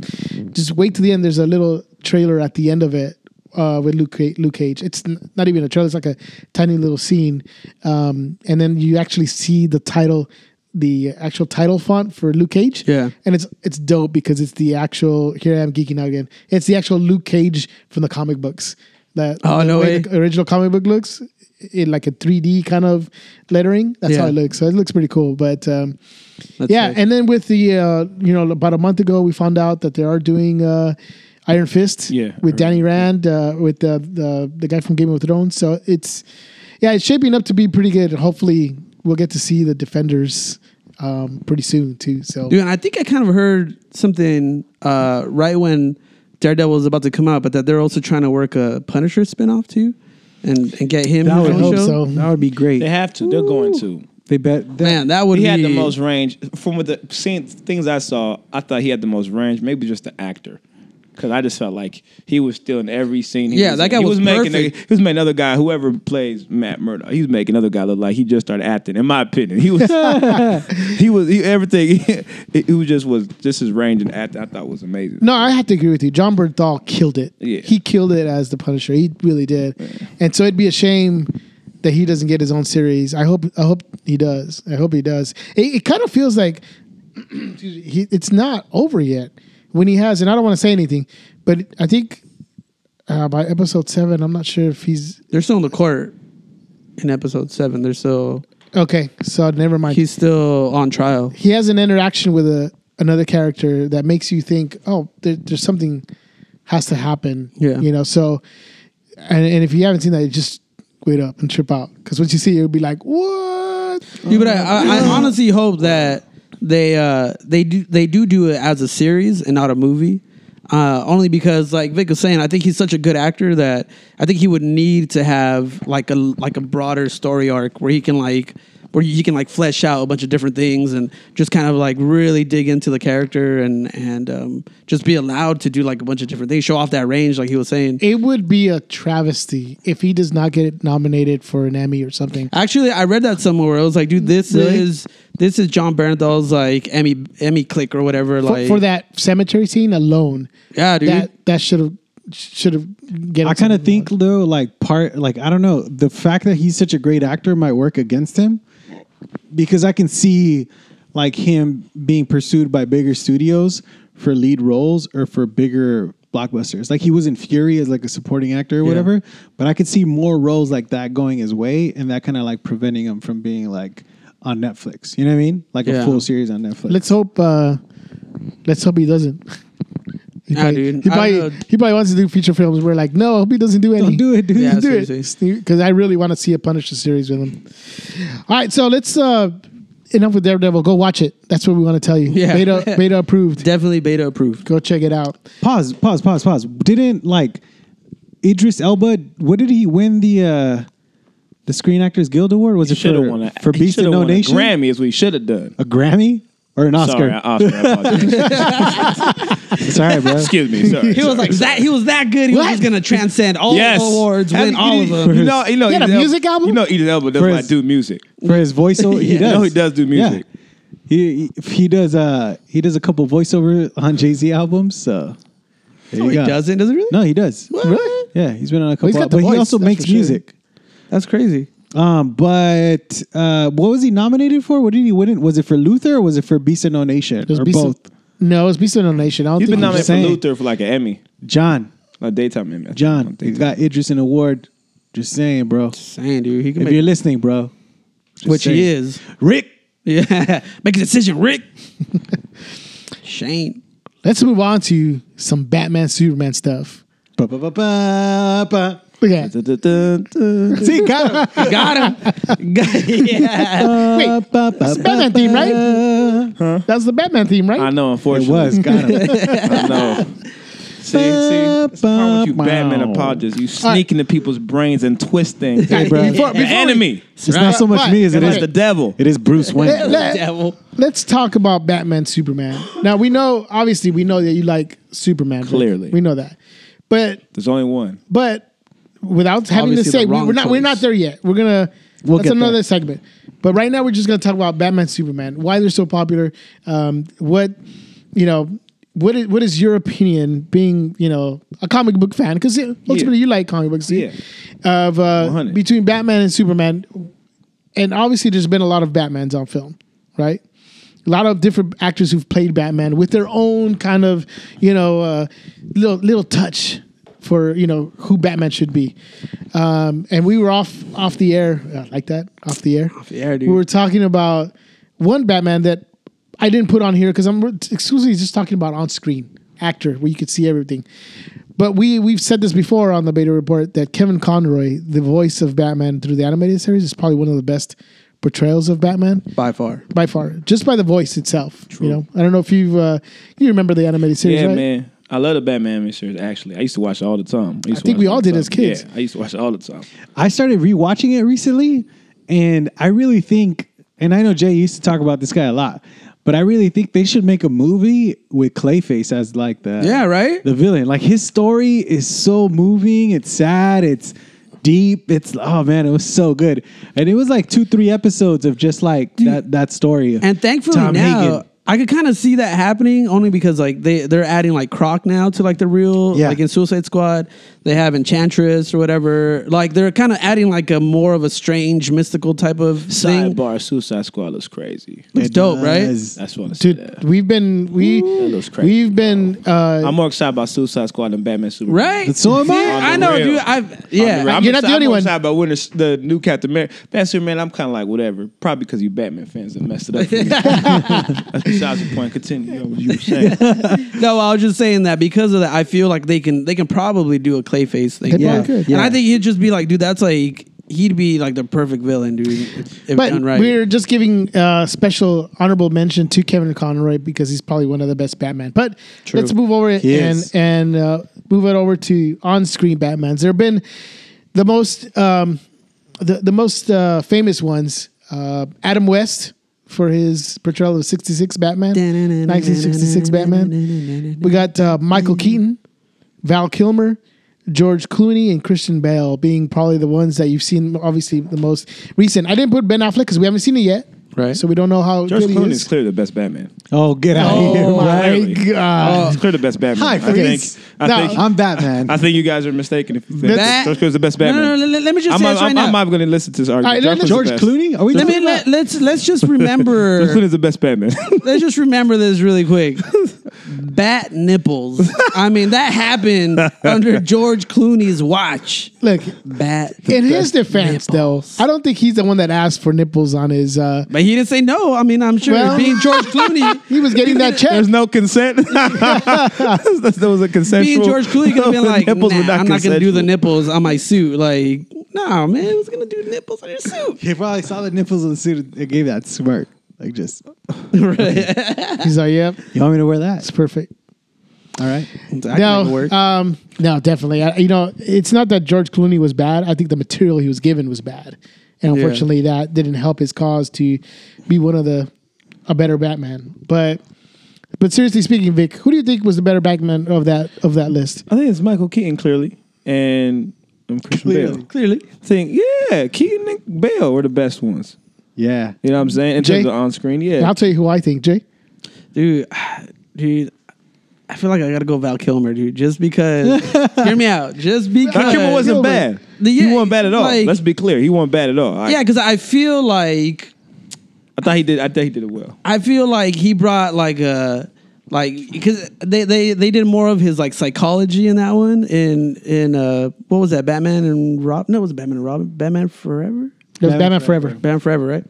Speaker 3: just wait to the end. There's a little trailer at the end of it uh, with Luke Ca- Luke Cage. It's n- not even a trailer. It's like a tiny little scene, um, and then you actually see the title, the actual title font for Luke Cage.
Speaker 1: Yeah.
Speaker 3: and it's it's dope because it's the actual. Here I am geeking out again. It's the actual Luke Cage from the comic books. That
Speaker 1: Oh,
Speaker 3: the
Speaker 1: no
Speaker 3: way
Speaker 1: way.
Speaker 3: the original comic book looks in like a 3D kind of lettering. That's how
Speaker 1: Yeah.
Speaker 3: it looks. So it looks pretty cool. But um,
Speaker 1: That's
Speaker 3: yeah,
Speaker 1: sick.
Speaker 3: and then with the uh, you know about a month ago, we found out that they are doing uh, Iron Fist.
Speaker 2: Yeah, I
Speaker 3: with Danny Rand, uh, with the, the the guy from Game of Thrones. So it's yeah, it's shaping up to be pretty good. Hopefully, we'll get to see the Defenders um, pretty soon too. So
Speaker 1: Dude, and I think I kind of heard something uh, right when Daredevil was about to come out, but that they're also trying to work a Punisher spinoff too, and, and get him.
Speaker 4: That
Speaker 1: his
Speaker 4: would
Speaker 1: own
Speaker 4: hope
Speaker 1: show.
Speaker 4: so. That would be great.
Speaker 2: They have to. They're going to.
Speaker 4: They bet. That,
Speaker 1: Man, that would
Speaker 2: He
Speaker 1: be
Speaker 2: had the most range from what the seeing things I saw. I thought he had the most range. Maybe just the actor, because I just felt like he was still in every scene. He
Speaker 1: Yeah,
Speaker 2: was
Speaker 1: that
Speaker 2: in.
Speaker 1: guy
Speaker 2: he
Speaker 1: was
Speaker 2: making.
Speaker 1: perfect.
Speaker 2: he was making another guy, whoever plays Matt Murdock, he was making another guy look like he just started acting. In my opinion, he was. he was he, everything. It, it was just was just his range and acting. I thought was amazing.
Speaker 3: No, I have to agree with you. John Bernthal killed it.
Speaker 2: Yeah.
Speaker 3: He killed it as the Punisher. He really did. And so it'd be a shame that he doesn't get his own series. I hope I hope he does. I hope he does. It, it kind of feels like excuse me, he, it's not over yet when he has and I don't want to say anything, but I think uh, by episode 7, I'm not sure if he's
Speaker 1: They're still in the court in episode seven. They're still.
Speaker 3: okay, so never mind.
Speaker 1: He's still on trial.
Speaker 3: he has an interaction with a another character that makes you think, oh, there, there's something has to happen.
Speaker 1: Yeah.
Speaker 3: You know, so and, and if you haven't seen that, just wait up and trip out because once you see it, you'll be like, what?
Speaker 1: Dude, but I, I, I honestly hope that they uh they do they do do it as a series and not a movie. Uh, only because, like Vic was saying, I think he's such a good actor that I think he would need to have like a like a broader story arc where he can like where he can like flesh out a bunch of different things and just kind of like really dig into the character and and um, just be allowed to do like a bunch of different things, show off that range, like he was saying.
Speaker 3: It would be a travesty if he does not get nominated for an Emmy or something.
Speaker 1: Actually, I read that somewhere. I was like, dude, this
Speaker 3: Really?
Speaker 1: is this is John Bernthal's like Emmy Emmy click or whatever.
Speaker 3: For,
Speaker 1: like
Speaker 3: for that cemetery scene alone,
Speaker 1: yeah, dude.
Speaker 3: that that should have should have.
Speaker 4: I kind of think though, like part, like I don't know, the fact that he's such a great actor might work against him, because I can see like him being pursued by bigger studios for lead roles or for bigger blockbusters. Like he was in Fury as like a supporting actor or whatever, but I could see more roles like that going his way and that kind of like preventing him from being like on Netflix. You know what I mean? Like
Speaker 1: Yeah.
Speaker 4: a full series on Netflix.
Speaker 3: Let's hope. uh Let's hope he doesn't. He,
Speaker 1: Nah,
Speaker 3: probably,
Speaker 1: dude.
Speaker 3: he
Speaker 1: I
Speaker 3: probably
Speaker 1: know.
Speaker 3: he probably wants to do feature films. We're like, no, I hope he doesn't do any.
Speaker 4: Don't do it, dude.
Speaker 1: Yeah,
Speaker 3: do it
Speaker 1: seriously.
Speaker 3: because I really want to see a Punisher series with him. All right, so let's uh enough with Daredevil. Go watch it. That's what we want to tell you.
Speaker 1: Yeah.
Speaker 3: beta beta approved.
Speaker 1: Definitely beta approved.
Speaker 3: Go check it out.
Speaker 4: Pause, pause, pause, pause. Didn't like Idris Elba? What did he win the uh the Screen Actors Guild Award? Was
Speaker 2: He
Speaker 4: it for,
Speaker 2: should have won a,
Speaker 4: for
Speaker 2: he
Speaker 4: Beast
Speaker 2: shoulda
Speaker 4: of No
Speaker 2: won a
Speaker 4: Nation?
Speaker 2: Grammy is what he should have done.
Speaker 4: A Grammy or an
Speaker 2: Sorry,
Speaker 4: Oscar?
Speaker 2: Oscar. I apologize.
Speaker 4: Sorry, bro.
Speaker 2: Excuse me. Sorry.
Speaker 1: He was like that. He was that good. He
Speaker 3: What?
Speaker 1: was just gonna transcend all
Speaker 2: Yes.
Speaker 1: awards,
Speaker 2: Have
Speaker 1: win
Speaker 2: you-
Speaker 1: all of
Speaker 2: You
Speaker 1: them.
Speaker 2: know, you know,
Speaker 3: He had
Speaker 2: Idris
Speaker 3: a
Speaker 2: Elba-
Speaker 3: music album?
Speaker 2: You know, Idris Elba doesn't
Speaker 4: For
Speaker 2: like
Speaker 4: his-
Speaker 2: do music.
Speaker 4: for his voiceover. He
Speaker 2: Yeah.
Speaker 4: does.
Speaker 2: No, he does do music.
Speaker 4: Yeah. He, he he does uh he does a couple voiceover on Jay Z albums. So there
Speaker 1: No,
Speaker 4: you
Speaker 1: he
Speaker 4: go.
Speaker 1: doesn't. Does it really?
Speaker 4: No, he does.
Speaker 1: What? Really?
Speaker 4: Yeah, he's been on a couple.
Speaker 3: Well, he's got the
Speaker 4: but
Speaker 3: voice,
Speaker 4: he also
Speaker 3: that's
Speaker 4: makes
Speaker 3: for sure.
Speaker 4: music.
Speaker 1: That's crazy.
Speaker 4: Um, but uh, what was he nominated for? What did he win? it? Was it for Luther or was it for Beast of No Nation
Speaker 3: It was
Speaker 4: or
Speaker 3: Beast of-
Speaker 4: both?
Speaker 3: No, it's Beast of No Nation. I don't
Speaker 2: He's been
Speaker 3: think he
Speaker 2: nominated
Speaker 3: was-
Speaker 2: for
Speaker 4: saying.
Speaker 2: Luther for like an Emmy,
Speaker 4: John,
Speaker 2: a daytime Emmy. I think, on
Speaker 4: John, you
Speaker 2: daytime.
Speaker 4: got Idris an award. Just saying, bro.
Speaker 1: Saying, dude, he can
Speaker 4: If you're
Speaker 1: make
Speaker 4: listening, bro, just
Speaker 1: which
Speaker 4: saying.
Speaker 1: he is.
Speaker 4: Rick.
Speaker 1: Yeah, make a decision, Rick. Shane.
Speaker 3: Let's move on to some Batman Superman stuff.
Speaker 4: Ba, ba, ba, ba, ba.
Speaker 3: Look at that.
Speaker 2: Dun-dun-dun-dun.
Speaker 4: See, got him.
Speaker 1: Got him. Got- yeah.
Speaker 3: Wait,
Speaker 4: that's
Speaker 3: the Batman theme, right? That's the Batman theme, right?
Speaker 2: I know,
Speaker 4: It
Speaker 2: unfortunately.
Speaker 4: was. Got him.
Speaker 2: I know. See, see, it's the problem with you Batman apologists. You sneak into people's brains and twist things.
Speaker 4: Hey, bro.
Speaker 2: Before, the enemy.
Speaker 4: It's not so much me as it
Speaker 2: It
Speaker 4: is
Speaker 2: is the devil.
Speaker 4: It is Bruce
Speaker 3: Let-
Speaker 4: Wayne.
Speaker 3: let-
Speaker 1: Devil.
Speaker 3: Let's talk about Batman Superman. Now we know, obviously, we know that you like Superman. Vic.
Speaker 2: Clearly.
Speaker 3: we know that, but
Speaker 2: There's only one.
Speaker 3: but without having
Speaker 1: Obviously
Speaker 3: to
Speaker 1: the
Speaker 3: say, we,
Speaker 1: wrong
Speaker 3: are not we're
Speaker 1: choice.
Speaker 3: not there yet. We're gonna
Speaker 4: We'll
Speaker 3: that's
Speaker 4: get
Speaker 3: another
Speaker 4: there.
Speaker 3: segment. But right now, we're just gonna talk about Batman, Superman, why they're so popular. Um, what you know, what is, what is your opinion, being you know a comic book fan? Because ultimately, you like comic books.
Speaker 2: Yeah.
Speaker 3: Of uh,
Speaker 2: 100.
Speaker 3: between Batman and Superman, and obviously, there's been a lot of Batmans on film, right? a lot of different actors who've played Batman with their own kind of you know uh, little little touch for you know who Batman should be. Um, and we were off off the air uh, like that off the air. Off
Speaker 1: the air, dude.
Speaker 3: We were talking about one Batman that I didn't put on here because I'm exclusively just talking about on screen actor where you could see everything. But we we've said this before on the beta report that Kevin Conroy, the voice of Batman through the animated series, is probably one of the best portrayals of Batman
Speaker 1: by far.
Speaker 3: by far, just by the voice itself. You know, I don't know if you've uh, you remember the animated series,
Speaker 2: yeah,
Speaker 3: right?
Speaker 2: man. I love the Batman animated series. Actually, I used to watch it all the time. I, used to
Speaker 3: think
Speaker 2: watch
Speaker 3: we
Speaker 2: it
Speaker 3: all
Speaker 2: the
Speaker 3: did as
Speaker 2: time.
Speaker 3: kids.
Speaker 2: Yeah, I used to watch it all the time.
Speaker 4: I started rewatching it recently, and I really think, and I know Jay used to talk about this guy a lot, but I really think they should make a movie with Clayface as like the
Speaker 1: Yeah, right?
Speaker 4: the villain. Like his story is so moving, it's sad, it's deep, it's oh man, it was so good, and it was like two three episodes of just like that that story.
Speaker 1: And thankfully
Speaker 4: Tom
Speaker 1: now
Speaker 4: Hagen.
Speaker 1: I could kind of see that happening only because like they they're adding like Croc now to like the real
Speaker 4: Yeah.
Speaker 1: like in Suicide Squad they have Enchantress or whatever like they're kind of adding like a more of a strange mystical type of thing.
Speaker 2: Sidebar: Suicide Squad looks crazy.
Speaker 1: It's dope,
Speaker 4: does.
Speaker 1: right?
Speaker 2: That's what I
Speaker 3: Dude,
Speaker 2: said.
Speaker 3: we've been we
Speaker 2: looks crazy,
Speaker 3: we've been uh,
Speaker 2: I'm more excited about Suicide Squad than Batman Superman.
Speaker 1: Right?
Speaker 4: So am I.
Speaker 1: See?
Speaker 4: On
Speaker 2: the
Speaker 1: I know,
Speaker 2: real.
Speaker 1: dude. I've
Speaker 2: On the
Speaker 1: yeah.
Speaker 2: real. I'm
Speaker 3: You're not the
Speaker 2: excited-
Speaker 3: only
Speaker 2: I'm
Speaker 3: one.
Speaker 2: Excited about when the, the new Captain America, Batman Superman. I'm kind of like whatever. Probably because you Batman fans that messed it up. For me. That's besides the point. Continue. You know what you were saying.
Speaker 1: No, I was just saying that because of that, I feel like they can they can probably do a clayface thing.
Speaker 3: They Yeah. probably could.
Speaker 1: and
Speaker 4: Yeah.
Speaker 1: I think he'd just be like, dude, that's like he'd be like the perfect villain, dude, if, if
Speaker 3: but
Speaker 1: done right.
Speaker 3: we're just giving uh, special honorable mention to Kevin Conroy because he's probably one of the best Batman. But let's move over and
Speaker 4: He is.
Speaker 3: and uh, move it over to on-screen Batmans. There have been the most um, the the most uh, famous ones. Uh, Adam West for his portrayal of '66 Batman, 1966 Batman. We got uh, Michael Keaton, Val Kilmer. George Clooney and Christian Bale being probably the ones that you've seen, obviously the most recent. I didn't put Ben Affleck because we haven't seen it yet,
Speaker 1: Right.
Speaker 3: So we don't know how
Speaker 2: George
Speaker 3: good he
Speaker 2: Clooney
Speaker 3: is.
Speaker 2: is clearly the best Batman.
Speaker 4: Oh, get out of here!
Speaker 3: Oh my
Speaker 4: right?
Speaker 2: Clearly.
Speaker 3: god!
Speaker 2: He's clearly the best Batman.
Speaker 4: Hi,
Speaker 2: I think.
Speaker 4: Freeze.
Speaker 2: I
Speaker 3: Uh, No,
Speaker 2: think.
Speaker 4: I'm Batman.
Speaker 2: I think you guys are mistaken if you think
Speaker 3: That's-
Speaker 2: George Clooney's the best
Speaker 1: No, no,
Speaker 2: Batman.
Speaker 1: no, let- let me just
Speaker 2: I'm,
Speaker 1: say this
Speaker 2: I'm-
Speaker 1: right
Speaker 2: I'm
Speaker 1: now.
Speaker 2: not going to listen to this
Speaker 3: right,
Speaker 2: argument.
Speaker 3: let-
Speaker 2: George,
Speaker 4: George
Speaker 2: Clooney's the best.
Speaker 4: Clooney? Are we?
Speaker 1: Let me
Speaker 4: talking
Speaker 1: let,
Speaker 4: about-
Speaker 1: let's let's just
Speaker 2: George
Speaker 1: remember
Speaker 2: Clooney's the best Batman.
Speaker 1: let's just remember this really quick. Bat nipples. I mean, that happened under George Clooney's watch.
Speaker 3: Look,
Speaker 1: Bat.
Speaker 3: in his defense, though, I don't think he's the one that asked for nipples on his. Uh,
Speaker 1: But he didn't say no. I mean, I'm sure
Speaker 3: Well-
Speaker 1: being George Clooney,
Speaker 3: he was getting that check.
Speaker 2: There's no consent. there was a
Speaker 1: being
Speaker 2: consensual.
Speaker 1: George Clooney could have been
Speaker 2: The
Speaker 1: like,
Speaker 2: nipples were
Speaker 1: nah, I'm not gonna do the
Speaker 2: consensual.
Speaker 1: nipples on my suit. Like, nah, man, who's gonna do nipples on your suit?
Speaker 4: He probably saw the nipples of the suit. It gave that smirk. Like just,
Speaker 3: He's like, "Yep,
Speaker 4: you want me to wear that?
Speaker 3: it's perfect."
Speaker 4: All right.
Speaker 3: No,
Speaker 2: uh,
Speaker 3: um, no, definitely. I, you know, it's not that George Clooney was bad. I think the material he was given was bad, and unfortunately, that didn't help his cause to be one of the a better Batman. But, but seriously speaking, Vic, who do you think was the better Batman of that of that list?
Speaker 2: I think it's Michael Keaton clearly, and um, Christian
Speaker 4: Clearly.
Speaker 2: Bale. Clearly, I think yeah, Keaton and Bale were the best ones.
Speaker 4: Yeah.
Speaker 2: You know what I'm saying? In
Speaker 3: Jay?
Speaker 2: terms of on screen, yeah.
Speaker 3: I'll tell you who I think, Jay.
Speaker 1: dude, dude. I feel like I gotta go Val Kilmer, dude, just because. hear me out, just because.
Speaker 2: Val Kilmer wasn't
Speaker 3: Kilmer.
Speaker 2: bad.
Speaker 1: The-
Speaker 2: he
Speaker 1: yeah,
Speaker 2: wasn't bad at all.
Speaker 1: like-
Speaker 2: Let's be clear, he wasn't bad at all. I,
Speaker 1: Yeah, because I feel like
Speaker 2: I thought he did. I thought he did it well.
Speaker 1: I feel like he brought like a like because they, they they did more of his like psychology in that one in in uh what was that Batman and Rob no it was Batman and Robin Batman Forever
Speaker 3: There's
Speaker 4: Batman
Speaker 3: Batman Forever.
Speaker 1: Batman Forever right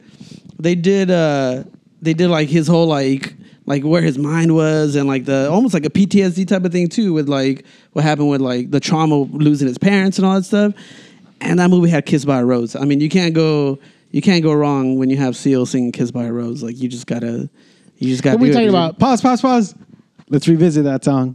Speaker 1: they did uh they did like his whole like like where his mind was and like the almost like a PTSD type of thing too with like what happened with like the trauma of losing his parents and all that stuff and that movie had Kiss by a Rose I mean you can't go you can't go wrong when you have Seal singing Kiss by a Rose like you just gotta you just gotta
Speaker 3: What are we
Speaker 1: do it,
Speaker 3: talking
Speaker 1: dude.
Speaker 3: about?
Speaker 4: Uh, Pause. Pause. Pause. Let's revisit that song.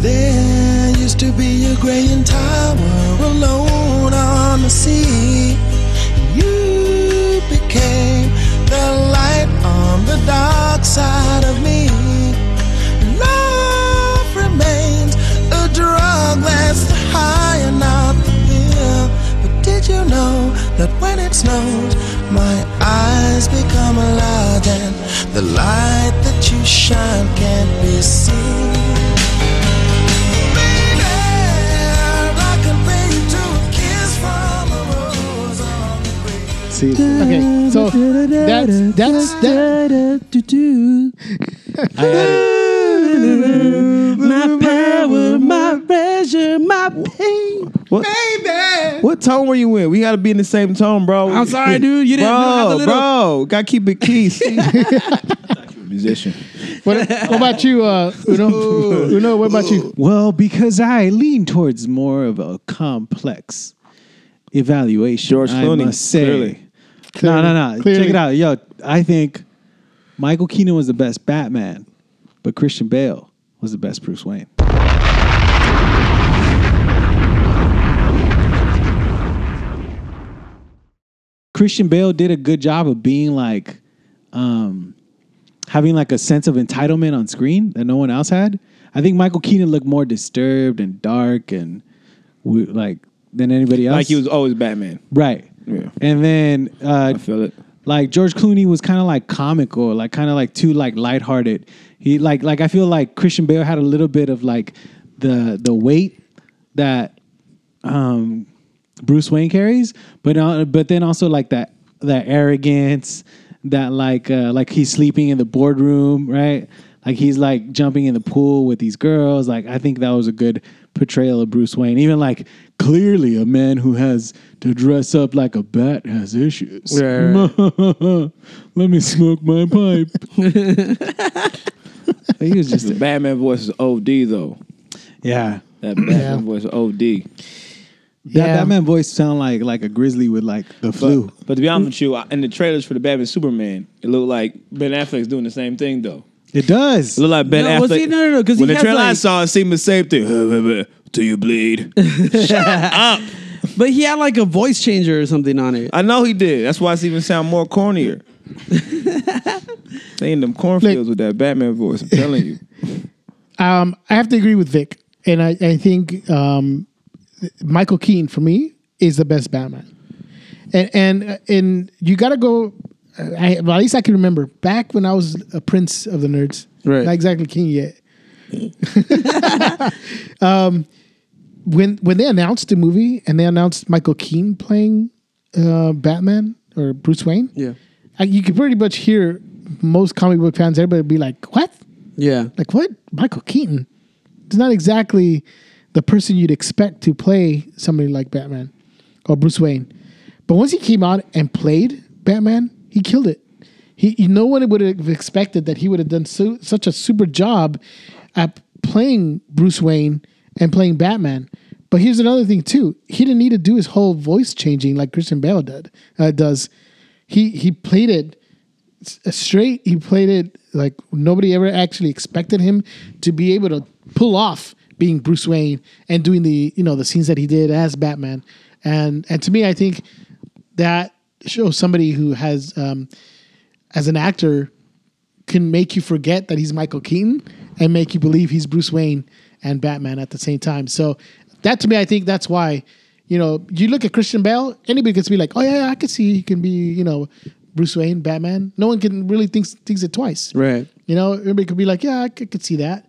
Speaker 5: There used to be a graying tower alone on the sea. You became the light on the dark side of me. Love remains a drug that's the high and not the pill. But did you know that when it snows, my eyes become alive and the light that you shine can't be seen? I can bring you to a kiss from a rose on the grave.
Speaker 4: See.
Speaker 3: Okay, so that's that's that.
Speaker 1: Do-do. my power, my pleasure, my pain.
Speaker 2: What? What tone were you in? We got to be in the same tone, bro.
Speaker 1: I'm sorry, dude. You didn't- you don't have
Speaker 2: bro.
Speaker 1: the little-
Speaker 2: Bro, got to keep it key. see? musician.
Speaker 3: What, what about you, uh, Uno? Uno, what about you?
Speaker 4: Well, because I lean towards more of a complex evaluation.
Speaker 2: George
Speaker 4: I
Speaker 2: Clooney,
Speaker 4: must say.
Speaker 2: clearly.
Speaker 4: No, no, no.
Speaker 3: Clearly.
Speaker 4: Check it out. Yo, I think Michael Keaton was the best Batman, but Christian Bale was the best Bruce Wayne. Christian Bale did a good job of being like um having like a sense of entitlement on screen that no one else had. I think Michael Keaton looked more disturbed and dark and we, like than anybody else.
Speaker 2: Like he was always Batman.
Speaker 4: right.
Speaker 2: Yeah.
Speaker 4: And then uh,
Speaker 2: I feel it.
Speaker 4: like George Clooney was kind of like comical, like kind of like too like lighthearted. He like like I feel like Christian Bale had a little bit of like the the weight that um Bruce Wayne carries, but uh, but then also like that that arrogance that like uh, like he's sleeping in the boardroom, right? Like he's like jumping in the pool with these girls. Like I think that was a good portrayal of Bruce Wayne. Even like clearly a man who has to dress up like a bat has issues.
Speaker 1: Right,
Speaker 4: Let me smoke my pipe. he was just
Speaker 2: The Batman voice is OD though.
Speaker 4: yeah.
Speaker 2: That Batman voice is OD.
Speaker 4: That
Speaker 3: Yeah.
Speaker 4: Batman voice sound like like a grizzly with like the flu.
Speaker 2: But to be honest with you, I- in the trailers for the Batman Superman, it looked like Ben Affleck's doing the same thing though.
Speaker 4: It does.
Speaker 2: It looked like Ben
Speaker 1: No,
Speaker 2: Affleck.
Speaker 1: well, see, no, no, no, 'cause he
Speaker 2: when the
Speaker 1: has,
Speaker 2: trailer I
Speaker 1: like-
Speaker 2: saw, it seemed the same thing. Do you bleed?
Speaker 1: But he had like a voice changer or something on it.
Speaker 2: I know he did. That's why it's even sound more cornier. they in them cornfields
Speaker 3: Look.
Speaker 2: with that Batman voice. I'm telling you.
Speaker 3: Um, I have to agree with Vic, and I, I think um, Michael Keaton for me is the best Batman, and and uh, and you got to go. I, well, at least I can remember back when I was a prince of the nerds,
Speaker 1: Right.
Speaker 3: Not exactly king yet. um, when when they announced the movie and they announced Michael Keaton playing uh, Batman or Bruce Wayne,
Speaker 1: Yeah.
Speaker 3: I, you could pretty much hear most comic book fans, everybody would be like, "What?
Speaker 1: Yeah.
Speaker 3: like what michael keaton is not exactly the person you'd expect to play somebody like batman or bruce wayne but once he came out and played batman he killed it he you- no one would have expected that he would have done so, such a super job at playing bruce wayne and playing batman but here's another thing too he didn't need to do his whole voice changing like christian bale did, uh, does he he played it s- straight. He played it like nobody ever actually expected him to be able to pull off being Bruce Wayne and doing the you know the scenes that he did as Batman. And and to me, I think that shows somebody who has um, as an actor can make you forget that he's Michael Keaton and make you believe he's Bruce Wayne and Batman at the same time. So that to me, I think that's why, you know, you look at Christian Bale, anybody can be like, oh yeah, I could see he can be, you know, Bruce Wayne, Batman. No one can really thinks thinks it twice.
Speaker 1: Right.
Speaker 3: You know, everybody could be like, yeah, I could, could see that.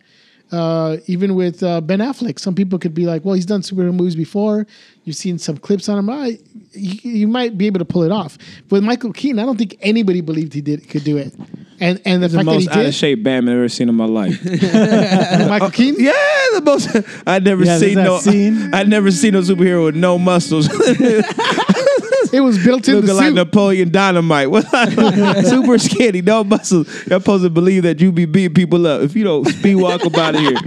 Speaker 3: Uh, even with uh, Ben Affleck, some people could be like, well, he's done superhero movies before. You've seen some clips on him. I, you, you might be able to pull it off. But with Michael Keaton, I don't think anybody believed he did could do it. And and the
Speaker 2: the
Speaker 3: fact that he
Speaker 2: most out of
Speaker 3: did,
Speaker 2: shape Batman I've ever seen in my life.
Speaker 3: Michael Keaton.
Speaker 2: yeah, the most. I never
Speaker 4: Yeah,
Speaker 2: seen
Speaker 4: there's that
Speaker 2: no.
Speaker 4: scene.
Speaker 2: I never seen no superhero with no muscles,
Speaker 3: It was built in the
Speaker 2: looking like
Speaker 3: suit.
Speaker 2: Napoleon Dynamite. What? Super skinny, no muscles. You're supposed to believe that you be beating people up if you don't speed walk up out of here.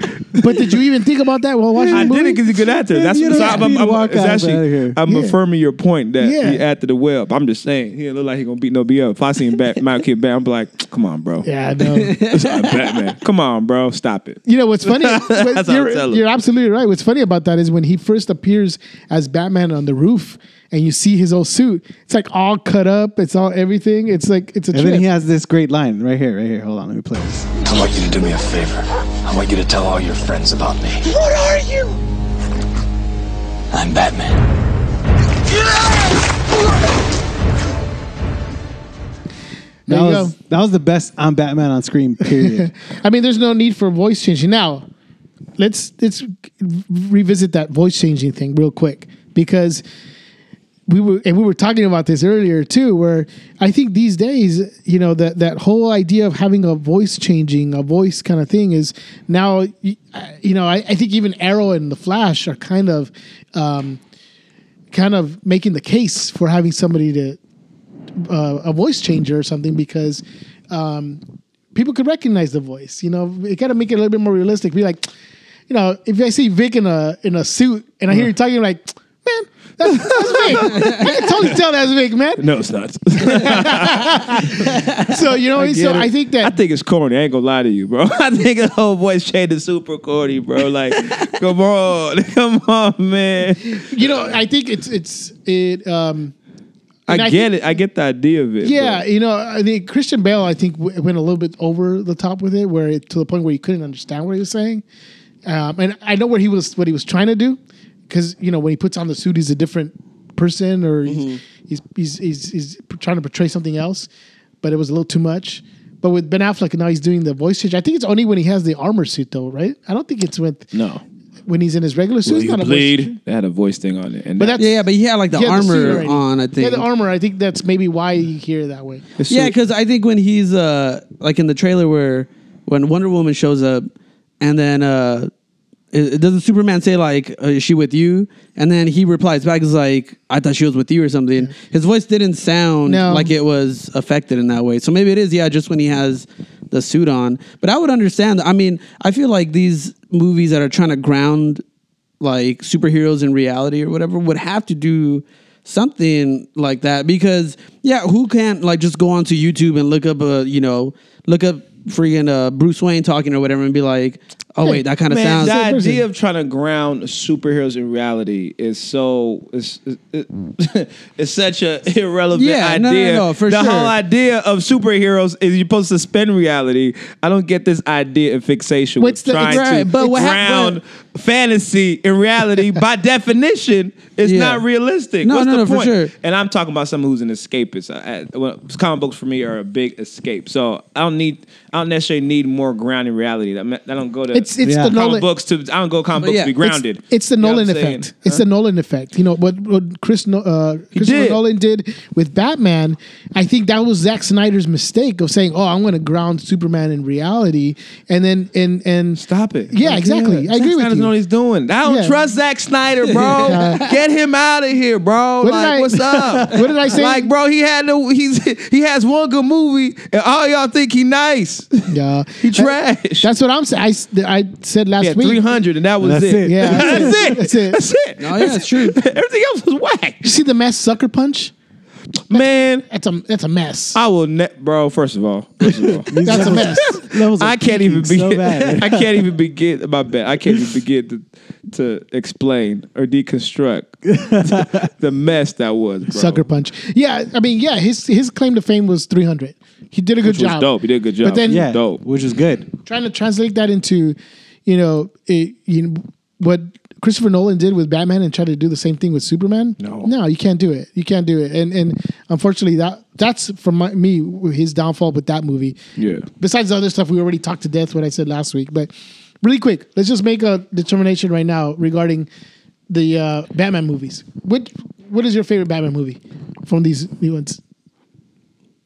Speaker 3: but did you even think about that while watching
Speaker 2: I did
Speaker 3: the movie?
Speaker 2: it because he's a good actor.
Speaker 4: If
Speaker 2: That's
Speaker 4: you
Speaker 2: what
Speaker 4: don't
Speaker 2: I'm, I'm,
Speaker 4: speed
Speaker 2: I'm-
Speaker 4: walk
Speaker 2: it's
Speaker 4: out,
Speaker 2: actually-
Speaker 4: outta here.
Speaker 2: I'm
Speaker 3: Yeah.
Speaker 2: affirming your point that
Speaker 3: Yeah.
Speaker 2: he after the web. I'm just saying he look like he gonna beat no B up. If I see him back, my kid back, I'm like, come on, bro.
Speaker 3: yeah, I know.
Speaker 2: It's not Batman. Come on, bro. Stop it.
Speaker 3: You know what's funny? what-
Speaker 2: That's what I'm
Speaker 3: you're,
Speaker 2: telling.
Speaker 3: you're absolutely right. What's funny about that is when he first appears as Batman on the roof, and you see his old suit. It's like all cut up. It's all everything. It's like it's a
Speaker 4: And then
Speaker 3: trip.
Speaker 4: he has this great line right here, right here. Hold on, let me play this.
Speaker 6: I want you to do me a favor. I want you to tell all your friends about me.
Speaker 5: What are you?
Speaker 6: I'm Batman.
Speaker 4: That
Speaker 3: There you
Speaker 4: was that was the best I'm Batman on screen. Period.
Speaker 3: I mean, there's no need for voice changing. Now, let's let's revisit that voice changing thing real quick because we were and we were talking about this earlier too. Where I think these days, you know, that that whole idea of having a voice changing, a voice kind of thing is now, you I- you know, I, I think even Arrow and the Flash are kind of. Um, kind of making the case for having somebody to uh, a voice changer or something because um, people could recognize the voice. You know, it gotta make it a little bit more realistic. Be like, you know, if I see Vic in a in a suit and I hear you talking, I'm like, man, that's, that's Vic. I can totally tell that's Vic, man.
Speaker 2: No, it's not.
Speaker 3: So you know, so I think that
Speaker 2: I think it's corny. I ain't gonna lie to you, bro. I think the whole voice change is super corny, bro. Like, come on, come on, man.
Speaker 3: you know, I think it's it's it. um And
Speaker 2: I,
Speaker 3: I
Speaker 2: get it. I get the idea of it.
Speaker 3: Yeah, you know, I think Christian Bale, I think, w- went a little bit over the top with it, where it, to the point where you couldn't understand what he was saying. Um, and I know what he was what he was trying to do, because you know when he puts on the suit, he's a different person, or
Speaker 2: Mm-hmm.
Speaker 3: he's, he's, he's he's he's trying to portray something else. But it was a little too much. But with Ben Affleck now, he's doing the voice change. I think it's only when he has the armor suit, though, right? I don't think it's with
Speaker 2: But no.
Speaker 3: when he's in his regular suit.
Speaker 2: Will
Speaker 3: it's
Speaker 2: you
Speaker 3: not a voice change.
Speaker 2: bleed? They had a voice thing on it, and
Speaker 3: But
Speaker 2: that-
Speaker 3: that's
Speaker 1: Yeah, yeah, but he had like the
Speaker 3: he had the suit
Speaker 1: armor
Speaker 3: already.
Speaker 1: on. I
Speaker 3: He
Speaker 1: think.
Speaker 3: had the armor. I think that's maybe why you hear it that way.
Speaker 2: it's
Speaker 1: yeah,
Speaker 2: so-
Speaker 1: because I think when he's uh like in the trailer where when Wonder Woman shows up, and then uh, it, it- doesn't Superman say like, uh, "Is she with you?" And then he replies back is like, "I thought she was with you" or something. His voice didn't sound
Speaker 3: No.
Speaker 1: like it was affected in that way. So maybe it is yeah, just when he has the suit on. But I would understand. I mean, I feel like these movies that are trying to ground like superheroes in reality or whatever would have to do something like that because yeah who can't like just go onto youtube and look up a you know look up freaking uh bruce wayne talking or whatever and be like oh wait that kind of
Speaker 2: Man,
Speaker 1: sounds
Speaker 2: the
Speaker 3: Same person.
Speaker 2: idea of trying to ground superheroes in reality is so it's it- it's such a irrelevant
Speaker 1: Yeah, no, no,
Speaker 2: idea.
Speaker 1: no, for
Speaker 2: the
Speaker 1: sure.
Speaker 2: whole idea of superheroes is you're supposed to suspend reality. I don't get this idea and fixation
Speaker 3: What's
Speaker 2: with
Speaker 3: the-
Speaker 2: trying to
Speaker 1: Right, but what hap-
Speaker 2: ground fantasy in reality. by definition, it's
Speaker 1: Yeah.
Speaker 2: not realistic.
Speaker 1: No,
Speaker 2: What's
Speaker 1: no,
Speaker 2: the
Speaker 1: no, for
Speaker 2: point?
Speaker 1: sure.
Speaker 2: And I'm talking about someone who's an escapist. I, I, well, comic books for me are a big escape, so I don't need, I don't necessarily need more grounding reality. I, mean, I don't go to
Speaker 3: It's it's
Speaker 4: Yeah.
Speaker 3: the
Speaker 4: Comic
Speaker 3: Nolan.
Speaker 2: comic books to I don't go comic books
Speaker 1: yeah,
Speaker 2: to be
Speaker 1: it's-
Speaker 2: grounded.
Speaker 3: It's the
Speaker 2: You know what
Speaker 3: Nolan
Speaker 2: I'm saying?
Speaker 3: effect. It's the Nolan effect. You know what what Chris No- uh, Christopher
Speaker 2: did.
Speaker 3: Nolan did with Batman. I think that was Zack Snyder's mistake of saying, "Oh, I'm going to ground Superman in reality," and then and and
Speaker 2: Stop it.
Speaker 3: Yeah, exactly. I agree
Speaker 2: Zack
Speaker 3: with
Speaker 2: Snyder
Speaker 3: you.
Speaker 2: know what he's doing. I don't
Speaker 3: Yeah.
Speaker 2: trust Zack Snyder, bro. Get him out of here, bro.
Speaker 3: What did
Speaker 2: like,
Speaker 3: I-
Speaker 2: what's up?
Speaker 3: What did I say?
Speaker 2: Like, bro, he had no. He's he has one good movie, and all y'all think he nice.
Speaker 3: Yeah,
Speaker 2: He trash.
Speaker 3: That's what I'm saying. I, s- I said last
Speaker 2: yeah,
Speaker 3: week.
Speaker 2: three hundred, and that was
Speaker 4: That's
Speaker 2: it.
Speaker 4: it.
Speaker 3: Yeah,
Speaker 2: that's it.
Speaker 3: That's it.
Speaker 2: That's it.
Speaker 1: No, yeah, it's true.
Speaker 2: Everything else was whack,
Speaker 3: You see the mess sucker punch?
Speaker 2: man.
Speaker 3: That's a that's a mess.
Speaker 2: I will, ne- bro. First of all, first of all,
Speaker 3: that's a mess.
Speaker 4: Levels of
Speaker 2: I can't even
Speaker 4: peaking
Speaker 2: begin.
Speaker 4: So bad.
Speaker 2: I can't even begin. My bad. I can't even begin to, to explain or deconstruct the, mess that was. Bro.
Speaker 3: Sucker punch. Yeah, I mean, yeah. His his claim to fame was 300. He did a good
Speaker 2: Which was
Speaker 3: job.
Speaker 2: dope. He did a good job.
Speaker 3: But then
Speaker 4: yeah,
Speaker 2: Dope.
Speaker 4: which is good.
Speaker 3: trying to translate that into, you know, it, you know, what Christopher Nolan did with Batman and try to do the same thing with Superman.
Speaker 2: No.
Speaker 3: no, you can't do it. You can't do it. And and unfortunately, that that's for my, me his downfall with that movie.
Speaker 2: Yeah.
Speaker 3: Besides the other stuff, we already talked to death what I said last week. But really quick, let's just make a determination right now regarding the uh, Batman movies. What what is your favorite Batman movie from these new ones?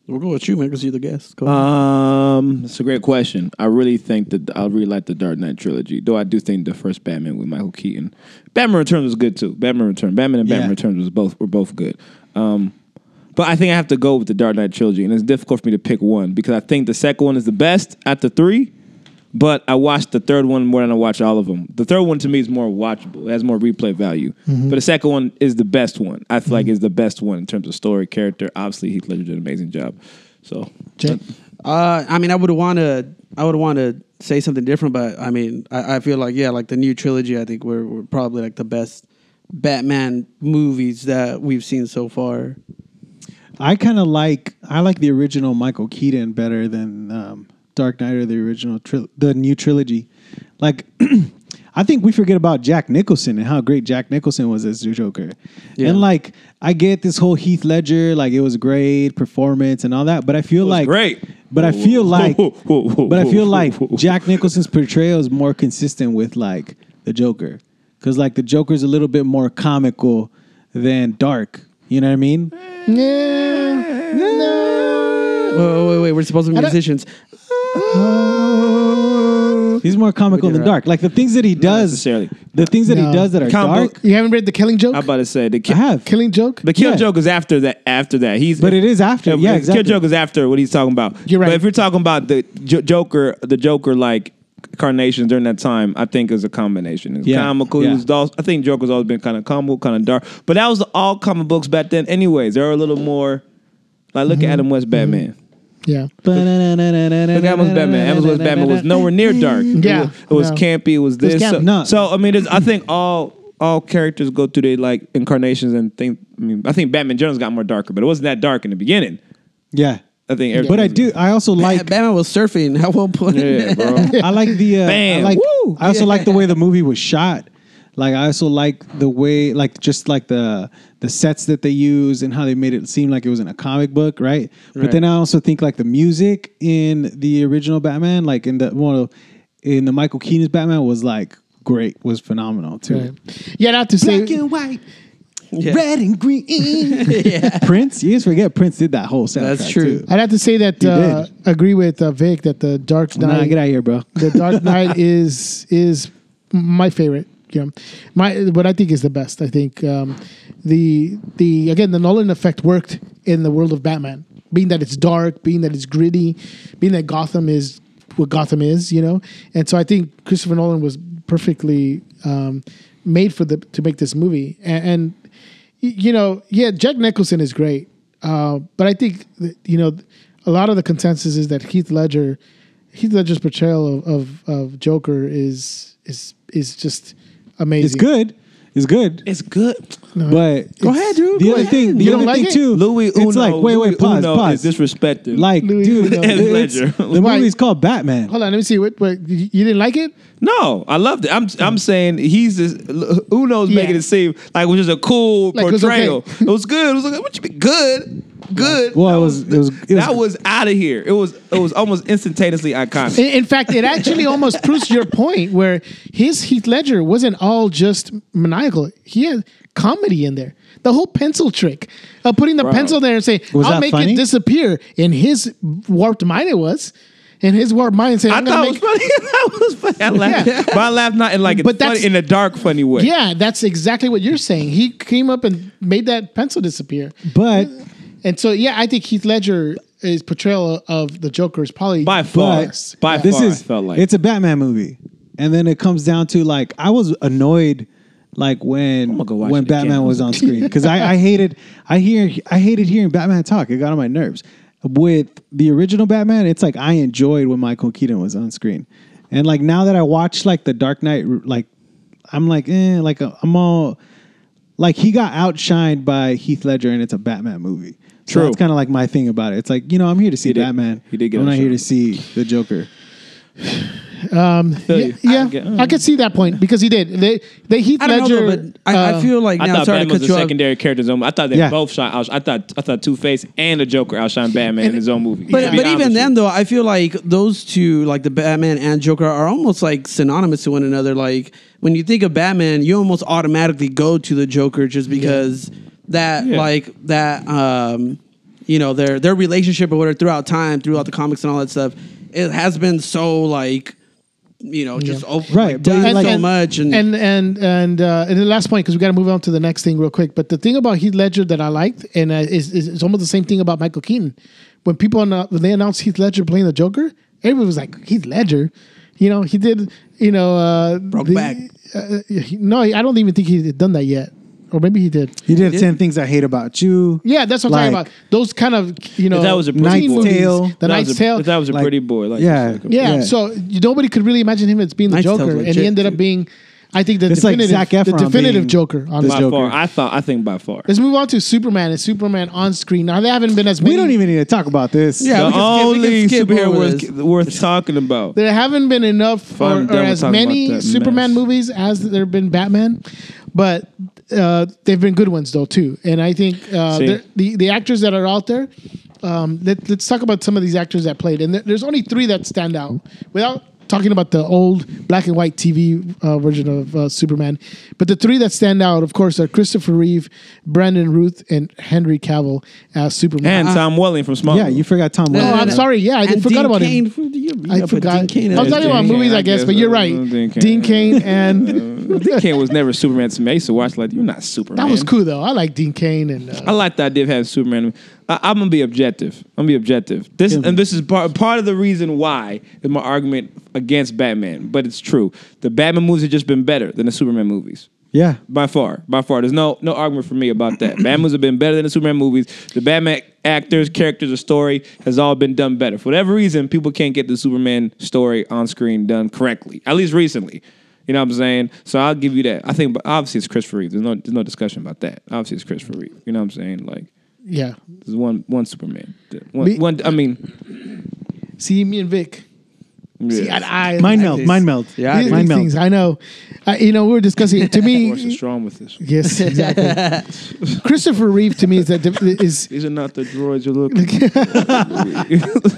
Speaker 1: we'll go with you man because you're the guest Go ahead.
Speaker 2: Um, it's a great question. I really think that I really like the Dark Knight trilogy, though I do think the first Batman with Michael Keaton, Batman Returns was good too. Batman Return, Batman and Batman
Speaker 4: Yeah.
Speaker 2: Returns was both were both good. Um, but I think I have to go with the Dark Knight trilogy, and it's difficult for me to pick one because I think the second one is the best at the three. But I watched the third one more than I watched all of them. The third one to me is more watchable; it has more replay value.
Speaker 1: Mm-hmm.
Speaker 2: But the second one is the best one. I feel like is the best one in terms of story, character. Obviously, Heath Ledger did an amazing job. So
Speaker 3: Jay?
Speaker 1: uh i mean i would want to i would want to say something different but i mean I, I feel like yeah like the new trilogy i think we're, we're probably like the best batman movies that we've seen so far
Speaker 4: I kind of like I like the original Michael Keaton better than um, Dark Knight or the original tril the new trilogy. Like, I think we forget about Jack Nicholson and how great Jack Nicholson was as the Joker.
Speaker 1: Yeah.
Speaker 4: And like, I get this whole Heath Ledger like it was a great performance and all that, but I feel like
Speaker 2: great.
Speaker 4: But I feel like,
Speaker 2: Whoa, whoa, whoa,
Speaker 4: but I
Speaker 2: whoa,
Speaker 4: feel
Speaker 2: whoa,
Speaker 4: like
Speaker 2: whoa.
Speaker 4: Jack Nicholson's portrayal is more consistent with like the Joker, because like the Joker's a little bit more comical than dark. You know what I mean?
Speaker 3: Yeah. No.
Speaker 1: wait wait wait, wait we're supposed to be
Speaker 3: don't-
Speaker 1: musicians true.
Speaker 4: He's more comical
Speaker 2: did
Speaker 4: than
Speaker 2: right.
Speaker 4: dark. Like the things that he does,
Speaker 2: necessarily.
Speaker 4: the things that
Speaker 3: No.
Speaker 4: he does that are
Speaker 2: Combo-
Speaker 4: dark.
Speaker 3: You haven't read the Killing Joke?
Speaker 2: I'm about to say the
Speaker 4: I
Speaker 2: ki-
Speaker 4: have.
Speaker 3: Killing Joke?
Speaker 2: The kill
Speaker 4: Yeah.
Speaker 2: joke is after that. After that, he's
Speaker 4: But it is after, yeah,
Speaker 2: the
Speaker 4: exactly.
Speaker 2: Kill joke is after what he's talking about.
Speaker 3: You're right.
Speaker 2: But if you're talking about the J- Joker, the Joker like carnations during that time, I think is a combination. It's
Speaker 4: Yeah.
Speaker 2: comical. It
Speaker 4: Yeah.
Speaker 2: was dul- I think Joker's always been kind of comical, kind of dark. But that was all comic books back then. Anyways, they were a little more. Like
Speaker 4: Mm-hmm.
Speaker 2: look at Adam West Batman.
Speaker 3: Yeah.
Speaker 2: Look at Adam West Batman. Adam West Batman was nowhere near dark.
Speaker 3: Yeah.
Speaker 2: it was, it was
Speaker 3: No.
Speaker 2: campy. It was this.
Speaker 3: camp-
Speaker 2: so,
Speaker 4: no.
Speaker 2: so, I mean, there's- I think all all characters go through their like incarnations and think. I mean, I think Batman Jones got more darker, but it wasn't that dark in the beginning.
Speaker 4: Yeah,
Speaker 2: I think, everything
Speaker 4: but I
Speaker 2: was-
Speaker 4: do. I also like.
Speaker 1: Batman was surfing at one point.
Speaker 2: Yeah, bro.
Speaker 4: I like the. Uh,
Speaker 2: Bam.
Speaker 4: I like.
Speaker 2: Woo.
Speaker 4: I also like the way the movie was shot. Like I also like the way, like just like the the sets that they use and how they made it seem like it was in a comic book, right? But then I also think like the music in the original Batman, like in the one of, in the Michael Keaton's Batman, was like great, was phenomenal too.
Speaker 3: Right. Yeah, not to say.
Speaker 4: white, red and green. Prince, you just forget Prince did that whole soundtrack.
Speaker 1: That's true.
Speaker 4: Too.
Speaker 3: I'd have to say that uh,
Speaker 4: did.
Speaker 3: agree with uh, Vic that the Dark Knight.
Speaker 4: Nah, get out of here, bro.
Speaker 3: the Dark Knight is is my favorite. You know, my what I think is the best. I think um, the the again the Nolan effect worked in the world of Batman, being that it's dark, being that it's gritty, being that Gotham is what Gotham is. You know, and so I think Christopher Nolan was perfectly um, made for the to make this movie. And, and y- you know, yeah, Jack Nicholson is great, uh, but I think that, you know a lot of the consensus is that Heath Ledger Heath Ledger's portrayal of, of, of Joker is is is just amazing.
Speaker 4: It's good. It's good.
Speaker 2: It's good.
Speaker 4: But
Speaker 1: Go ahead, Drew.
Speaker 4: The
Speaker 1: Go
Speaker 4: other
Speaker 1: ahead.
Speaker 4: thing, the
Speaker 3: You don't
Speaker 4: other
Speaker 3: like
Speaker 4: thing
Speaker 3: it?
Speaker 4: too.
Speaker 2: Louis Uno.
Speaker 4: It's like wait,
Speaker 2: Louis
Speaker 4: wait, pause,
Speaker 2: Uno
Speaker 4: pause.
Speaker 2: Is disrespected.
Speaker 4: like,
Speaker 3: Louis
Speaker 4: dude,
Speaker 3: Uno.
Speaker 4: it's-
Speaker 2: Ledger.
Speaker 4: the
Speaker 3: Why?
Speaker 4: movie's called Batman.
Speaker 3: Hold on, let me see. What, what you you didn't like it?
Speaker 2: no, I loved it. I'm I'm saying he's just Uno's
Speaker 3: Mm. Yeah.
Speaker 2: making it seem like which is a cool
Speaker 3: Like, it was
Speaker 2: portrayal. It was,
Speaker 3: okay.
Speaker 2: good. It was like what you mean good, good.
Speaker 4: Well, it was, it was, it was
Speaker 2: that was out of here. It was it was almost instantaneously iconic.
Speaker 3: In, in fact, it actually almost proves your point where his Heath Ledger wasn't all just maniacal. He had comedy in there. The whole pencil trick of putting the pencil there and saying,
Speaker 4: Was
Speaker 3: "I'll
Speaker 4: that
Speaker 3: make
Speaker 4: funny?
Speaker 3: it disappear." In his warped mind, it was. In his warped mind, saying,
Speaker 2: I
Speaker 3: "I'm gonna
Speaker 2: thought it
Speaker 3: make
Speaker 2: was funny. that was funny. I laughed,
Speaker 3: Yeah.
Speaker 2: but I laughed not in like a
Speaker 3: But
Speaker 2: funny,
Speaker 3: that's-
Speaker 2: in a dark funny way.
Speaker 3: Yeah, that's exactly what you're saying. He came up and made that pencil disappear.
Speaker 4: but
Speaker 3: And so, yeah, I think Heath Ledger his portrayal of the Joker is probably
Speaker 2: by far,
Speaker 4: but
Speaker 2: by
Speaker 4: this
Speaker 2: far,
Speaker 4: is
Speaker 2: I felt like
Speaker 4: it's a Batman movie, and then it comes down to like I was annoyed. Like when
Speaker 2: gonna go watch
Speaker 4: when
Speaker 2: it again.
Speaker 4: Batman was on screen because I, I hated I hear I hated hearing Batman talk it got on my nerves. With the original Batman, it's like I enjoyed when Michael Keaton was on screen, and like now that I watch like the Dark Knight, like I'm like eh, like I'm all like he got outshined by Heath Ledger, and it's a Batman movie.
Speaker 2: True.
Speaker 4: so that's kind of like my thing about it. It's like you know I'm here to see
Speaker 2: He did-
Speaker 4: Batman.
Speaker 2: he did get
Speaker 4: I'm not here
Speaker 2: outshined.
Speaker 4: to see the Joker.
Speaker 2: feel you.
Speaker 3: yeah,
Speaker 2: get- mm.
Speaker 3: I could see that point because he did. They, they Heath
Speaker 1: I don't
Speaker 3: Ledger.
Speaker 1: know, but I,
Speaker 3: uh,
Speaker 1: I feel like
Speaker 2: I
Speaker 1: now.
Speaker 2: thought
Speaker 1: Sorry to
Speaker 2: Batman
Speaker 1: cut
Speaker 2: was a
Speaker 1: you off.
Speaker 2: secondary character in his own. I thought they
Speaker 4: Yeah.
Speaker 2: both shine. I thought I thought Two Face and the Joker outshine Batman in his own movie.
Speaker 1: But,
Speaker 2: To be honest
Speaker 1: but even
Speaker 2: with you.
Speaker 1: then, though, I feel like those two, like the Batman and Joker, are almost like synonymous to one another. Like when you think of Batman, you almost automatically go to the Joker just because that,
Speaker 2: Yeah.
Speaker 1: like that, um, you know, their their relationship or whatever throughout time, throughout the comics and all that stuff, it has been so like, you know, just over,
Speaker 4: Right,
Speaker 1: like,
Speaker 4: but
Speaker 1: done
Speaker 4: like-
Speaker 1: so much and.
Speaker 3: and and and, uh, and the last point because we got to move on to the next thing real quick. But the thing about Heath Ledger that I liked and uh, is, is is almost the same thing about Michael Keaton. When people annou- when they announced Heath Ledger playing the Joker, everybody was like Heath Ledger. You know, he did. You know, uh,
Speaker 1: Brokeback.
Speaker 3: Uh, he- no, I don't even think he had done that yet, or maybe he did.
Speaker 4: He did ten things I hate about you.
Speaker 3: Yeah, that's what I'm
Speaker 4: Like-
Speaker 3: talking about. Those kind of you know,
Speaker 2: But that was a pretty
Speaker 3: teen
Speaker 2: boy.
Speaker 3: movies,
Speaker 4: Tale.
Speaker 3: The
Speaker 2: that
Speaker 3: Knight's
Speaker 2: was a,
Speaker 3: Tale.
Speaker 2: That was a
Speaker 4: Like-
Speaker 2: pretty boy. Like
Speaker 4: yeah.
Speaker 2: you said.
Speaker 3: yeah,
Speaker 4: yeah.
Speaker 3: so you, nobody could really imagine him as being the
Speaker 1: Knight's Tale's
Speaker 3: Joker, and
Speaker 1: legit,
Speaker 3: he ended up
Speaker 1: dude.
Speaker 3: being, I think, the
Speaker 4: It's like
Speaker 3: definitive,
Speaker 4: Zac Efron
Speaker 3: the definitive
Speaker 4: being
Speaker 3: Joker.
Speaker 4: the
Speaker 3: Honestly,
Speaker 2: by
Speaker 4: Joker.
Speaker 2: far. I thought. I think by far.
Speaker 3: let's move on to Superman and Superman on screen. Now they haven't been as many.
Speaker 4: We don't even need to talk about this.
Speaker 1: Yeah.
Speaker 2: the
Speaker 1: we can skip- we can
Speaker 2: only
Speaker 1: skip
Speaker 2: superhero
Speaker 1: over
Speaker 2: worth,
Speaker 1: this.
Speaker 2: worth talking about.
Speaker 3: There haven't been enough or,
Speaker 2: I'm
Speaker 3: or
Speaker 2: done with
Speaker 3: as
Speaker 2: talking
Speaker 3: many
Speaker 2: about that
Speaker 3: Superman
Speaker 2: mess.
Speaker 3: movies as there have been Batman, but uh, they've been good ones though too. And I think uh,
Speaker 2: See.
Speaker 3: there- the the actors that are out there. Um, let, let's talk about some of these actors that played, and there- there's only three that stand out. Without talking about the old black and white TV uh, version of uh, Superman. But the three that stand out, of course, are Christopher Reeve, Brandon Ruth, and Henry Cavill as Superman. Oh,
Speaker 2: And Tom Welling from Small.
Speaker 4: Yeah, you forgot Tom.
Speaker 1: No,
Speaker 4: Welling.
Speaker 1: no,
Speaker 3: I'm
Speaker 1: no.
Speaker 3: sorry. Yeah, I
Speaker 1: And
Speaker 3: forgot
Speaker 1: Dean
Speaker 3: about him.
Speaker 1: Cain. Who do you- you
Speaker 3: I
Speaker 1: gotta put
Speaker 3: forgot.
Speaker 1: Dean Cain
Speaker 3: I was
Speaker 1: in
Speaker 3: talking
Speaker 1: there.
Speaker 3: about
Speaker 2: Dean Cain,
Speaker 3: movies, I
Speaker 2: I
Speaker 3: guess,
Speaker 2: guess.
Speaker 3: but you're
Speaker 2: Uh,
Speaker 3: right.
Speaker 2: Dean Cain.
Speaker 3: Dean Kane and
Speaker 2: Dick Kane was never Superman to me. I used to watch like you're not Superman.
Speaker 3: that was cool though. I like Dean Kane and uh,
Speaker 2: I like the idea of having Superman. I, I'm gonna be objective. I'm gonna be objective. This and this is part part of the reason why is my argument against Batman, but it's true. The Batman movies have just been better than the Superman movies.
Speaker 4: Yeah.
Speaker 2: By far, by far. There's no no argument for me about that. Batman's have been better than the Superman movies. The Batman actors, characters, the story has all been done better. For whatever reason, people can't get the Superman story on screen done correctly. At least recently. You know what I'm saying? So I'll give you that. I think, but obviously it's Christopher Reeve. There's no there's no discussion about that. Obviously it's Christopher Reeve. You know what I'm saying? Like
Speaker 3: yeah.
Speaker 2: there's one one Superman. One,
Speaker 3: Me-
Speaker 2: one I mean,
Speaker 3: See me and Vic. See,
Speaker 2: yeah.
Speaker 3: I, I,
Speaker 4: Mind
Speaker 3: I,
Speaker 4: melt. Mind melt.
Speaker 1: Yeah,
Speaker 3: these,
Speaker 4: mind
Speaker 3: these
Speaker 4: melt.
Speaker 3: things. I know. I, you know, we were discussing. To
Speaker 2: Force is
Speaker 3: me,
Speaker 2: strong with this.
Speaker 3: yes, exactly. Christopher Reeve to me is that is
Speaker 2: These are not the droids you're looking.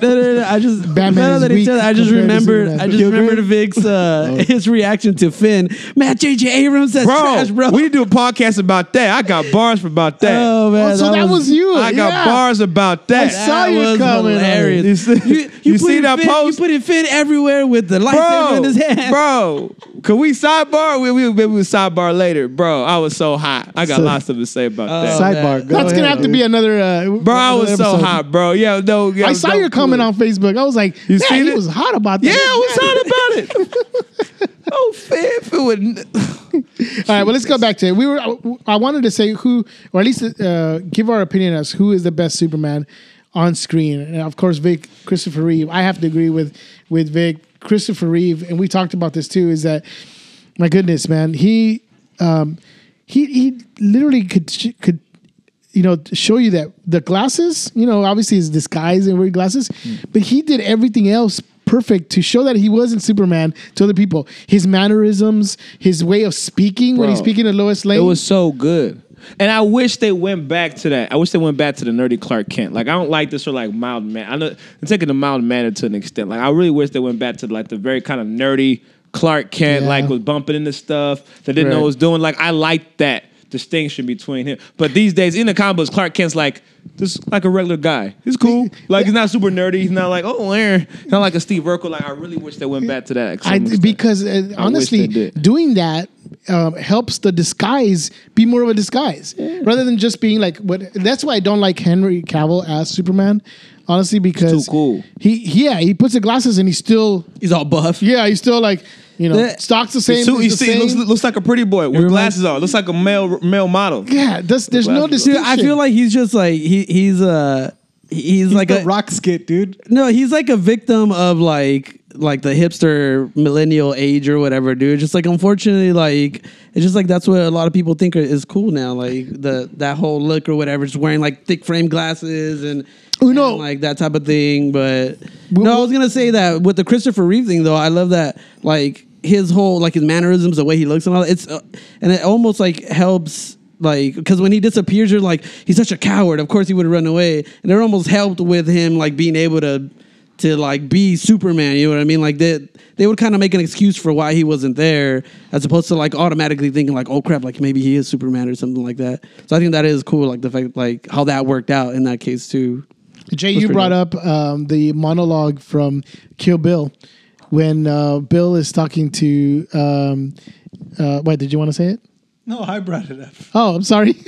Speaker 1: No, no, no, I just
Speaker 3: Batman
Speaker 1: now
Speaker 3: is
Speaker 1: that he
Speaker 3: weak
Speaker 1: said that, I
Speaker 3: compared
Speaker 1: just
Speaker 3: to
Speaker 1: remembered.
Speaker 3: Superman.
Speaker 1: I just
Speaker 3: You agree?
Speaker 1: remembered Vic's uh, his reaction to Finn. Matt J.J. Abrams that's
Speaker 2: bro,
Speaker 1: trash, bro.
Speaker 2: we do a podcast about that. I got bars for about that.
Speaker 1: oh man,
Speaker 3: Oh, so that was you.
Speaker 2: I got
Speaker 3: yeah.
Speaker 2: bars about that.
Speaker 3: I saw you
Speaker 1: was
Speaker 3: coming.
Speaker 1: hilarious.
Speaker 2: You see- you
Speaker 1: put
Speaker 2: see
Speaker 1: in
Speaker 2: that
Speaker 1: Finn,
Speaker 2: post?
Speaker 1: You put in Finn everywhere with the lightsaber
Speaker 2: Bro,
Speaker 1: in his hand.
Speaker 2: bro, could we sidebar? We we maybe we sidebar later, bro. I was so hot. I got
Speaker 4: So-
Speaker 2: lots of to say about that,
Speaker 3: Uh,
Speaker 1: man.
Speaker 4: Sidebar. Go
Speaker 3: That's
Speaker 4: ahead,
Speaker 3: gonna have to
Speaker 4: dude.
Speaker 3: be another. Uh,
Speaker 2: bro. I was so
Speaker 3: hot.
Speaker 2: hot, bro. Yeah, no. Yeah,
Speaker 3: I saw
Speaker 2: no,
Speaker 3: your comment on Facebook. I was like, you
Speaker 2: seen
Speaker 3: he
Speaker 2: it?
Speaker 3: was hot about that.
Speaker 2: Yeah, I was hot about it. oh, Fifth, it would.
Speaker 3: All right, well, let's go back to it. We were. I wanted to say who, or at least uh, give our opinion as who is the best Superman on screen, and of course, Vic Christopher Reeve. I have to agree with with Vic Christopher Reeve, and we talked about this too. Is that my goodness, man? He um, he he literally could sh- could you know show you that the glasses. You know, obviously his disguise and weird glasses,
Speaker 2: Hmm.
Speaker 3: but he did everything else perfect to show that he wasn't Superman to other people. His mannerisms, his way of speaking when he's
Speaker 2: Bro,
Speaker 3: speaking to Lois Lane.
Speaker 2: It was so good. And I wish they went back to that. I wish they went back to the nerdy Clark Kent. Like I don't like this or like mild man. I know I'm taking the mild manner to an extent. Like I really wish they went back to like the very kind of nerdy Clark Kent,
Speaker 3: Yeah.
Speaker 2: like was bumping into stuff that didn't know
Speaker 3: Right.
Speaker 2: what was doing. Like I like that distinction between him. But these days in the comic books, Clark Kent's like just like a regular guy. He's cool. Like he's not super nerdy. He's not like oh, eh. He's not like a Steve Urkel. Like I really wish they went back to that.
Speaker 3: I, because uh, honestly,
Speaker 2: they did.
Speaker 3: doing that um, helps the disguise be more of a disguise rather than just being like what. That's why I don't like Henry Cavill as Superman. Honestly, because
Speaker 2: cool.
Speaker 3: He yeah, he puts the glasses and he's still
Speaker 1: He's all buff.
Speaker 3: yeah, he's still like you know
Speaker 1: That-
Speaker 3: stocks the
Speaker 2: He's
Speaker 3: same.
Speaker 2: too-
Speaker 3: is
Speaker 2: he's-
Speaker 3: the
Speaker 2: he looks,
Speaker 3: same.
Speaker 2: looks like a pretty boy with glasses on. Looks like a male male model.
Speaker 3: yeah, that's, there's no
Speaker 2: glasses
Speaker 1: Dude,
Speaker 3: distinction.
Speaker 1: I feel like he's just like he he's uh he- he's, like
Speaker 4: the
Speaker 1: a
Speaker 4: rock skit, dude.
Speaker 1: no he's like a victim of like like the hipster millennial age or whatever dude just like unfortunately like it's just like that's what a lot of people think are- is cool now like the that whole look or whatever just wearing like thick frame glasses and
Speaker 3: Oh, no.
Speaker 1: and, like that type of thing but
Speaker 3: Well,
Speaker 1: no I
Speaker 3: well-
Speaker 1: was gonna say that with the Christopher Reeve thing though I love that like his whole like his mannerisms the way he looks and all that, it's uh, and it almost like helps like because when he disappears you're like he's such a coward of course he would have run away and it almost helped with him like being able to to like be Superman. You know what I mean? Like they they would kind of make an excuse for why he wasn't there, as opposed to like automatically thinking like, oh crap, like maybe he is Superman or something like that. So I think that is cool, like the fact like how that worked out in that case too.
Speaker 3: Jay,
Speaker 1: What's
Speaker 3: you
Speaker 1: your
Speaker 3: brought
Speaker 1: name?
Speaker 3: up um, the monologue from Kill Bill when uh, Bill is talking to. Um, uh, wait, did you want to say it?
Speaker 4: No, I brought it up.
Speaker 3: Oh, I'm sorry.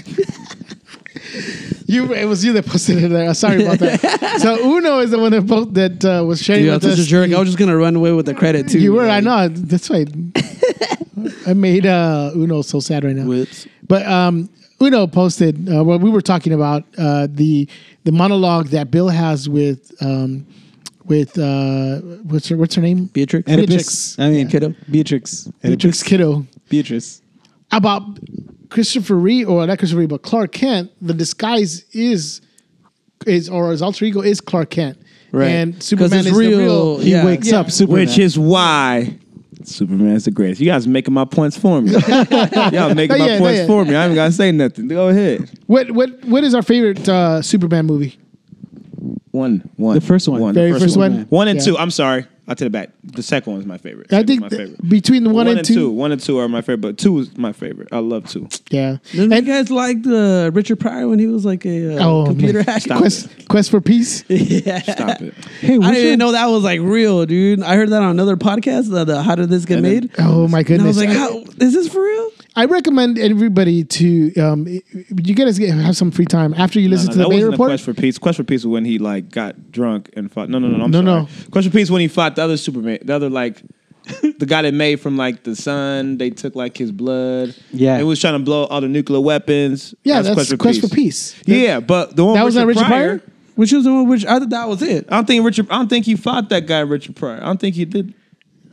Speaker 3: you, it was you that posted it there. Sorry about that. so Uno is the one that po- that uh, was sharing
Speaker 1: Dude, I'm
Speaker 3: with
Speaker 1: such
Speaker 3: us.
Speaker 1: a jerk. I was just gonna run away with the credit too.
Speaker 3: you were, I
Speaker 1: Like,
Speaker 3: know. That's right. I made uh, Uno so sad right now.
Speaker 1: Whoops.
Speaker 3: But um, Uno posted uh, what we were talking about uh, the the monologue that Bill has with um, with uh, what's her what's her name
Speaker 1: Beatrix.
Speaker 4: Oedipus. I mean,
Speaker 1: Kiddo.
Speaker 4: Beatrix.
Speaker 3: Beatrix Kiddo
Speaker 4: Beatrice.
Speaker 3: about Christopher Reeve or not Christopher Reeve but Clark Kent. The disguise is is or his alter ego is Clark Kent.
Speaker 1: Right.
Speaker 3: And
Speaker 1: 'Cause
Speaker 3: Superman
Speaker 1: it's
Speaker 3: is the
Speaker 1: real.
Speaker 3: real.
Speaker 4: He
Speaker 1: Yeah.
Speaker 4: wakes
Speaker 3: Yeah.
Speaker 4: up super.
Speaker 2: Which is why Superman's the greatest. You guys making my points for me. Y'all making
Speaker 3: Not
Speaker 2: my
Speaker 3: yet,
Speaker 2: points
Speaker 3: not
Speaker 2: for me. I ain't gotta say nothing. Go ahead.
Speaker 3: What what what is our favorite uh, Superman movie?
Speaker 2: One, one.
Speaker 4: The first one.
Speaker 2: the
Speaker 3: Very first one.
Speaker 2: One and
Speaker 3: Yeah.
Speaker 2: two. I'm sorry. I take it back. The second one is my favorite.
Speaker 3: I
Speaker 2: Second
Speaker 3: think
Speaker 2: one's
Speaker 3: th- between one, and two,
Speaker 2: one and two are my favorite, but two is my favorite. I love two.
Speaker 3: yeah.
Speaker 1: Didn't
Speaker 3: And-
Speaker 1: you guys like the Richard Pryor when he was like a uh,
Speaker 3: Oh,
Speaker 1: computer
Speaker 3: man.
Speaker 1: hacker?
Speaker 2: Stop
Speaker 3: Quest Quest for Peace.
Speaker 1: yeah.
Speaker 2: Stop it.
Speaker 4: Hey, we
Speaker 1: I didn't
Speaker 4: should-
Speaker 1: even know that was like real, dude. I heard that on another podcast. The, the How did this get
Speaker 2: And then-
Speaker 1: made?
Speaker 3: Oh my
Speaker 1: and I
Speaker 3: goodness!
Speaker 1: was like, ah.
Speaker 3: I-
Speaker 1: How, is this for real?
Speaker 3: I recommend everybody to um, you guys get, have some free time after you
Speaker 2: No,
Speaker 3: listen
Speaker 2: no,
Speaker 3: to the
Speaker 2: that
Speaker 3: Bay
Speaker 2: wasn't a
Speaker 3: Report.
Speaker 2: Quest for Peace. Quest for Peace was when he like got drunk and fought. No, no, no, no. I'm
Speaker 3: No,
Speaker 2: sorry.
Speaker 3: no.
Speaker 2: Quest for Peace when he fought the other Superman, the other like the guy that made from like the sun. They took like his blood.
Speaker 4: Yeah.
Speaker 2: and was trying to blow all the nuclear weapons.
Speaker 3: yeah, that's, Quest, for Peace.
Speaker 2: Yeah, but the one
Speaker 3: That was not Richard Pryor?
Speaker 1: Which was the one? Which I thought that was it.
Speaker 2: I don't think Richard. I don't think he fought that guy Richard Pryor. I don't think he did.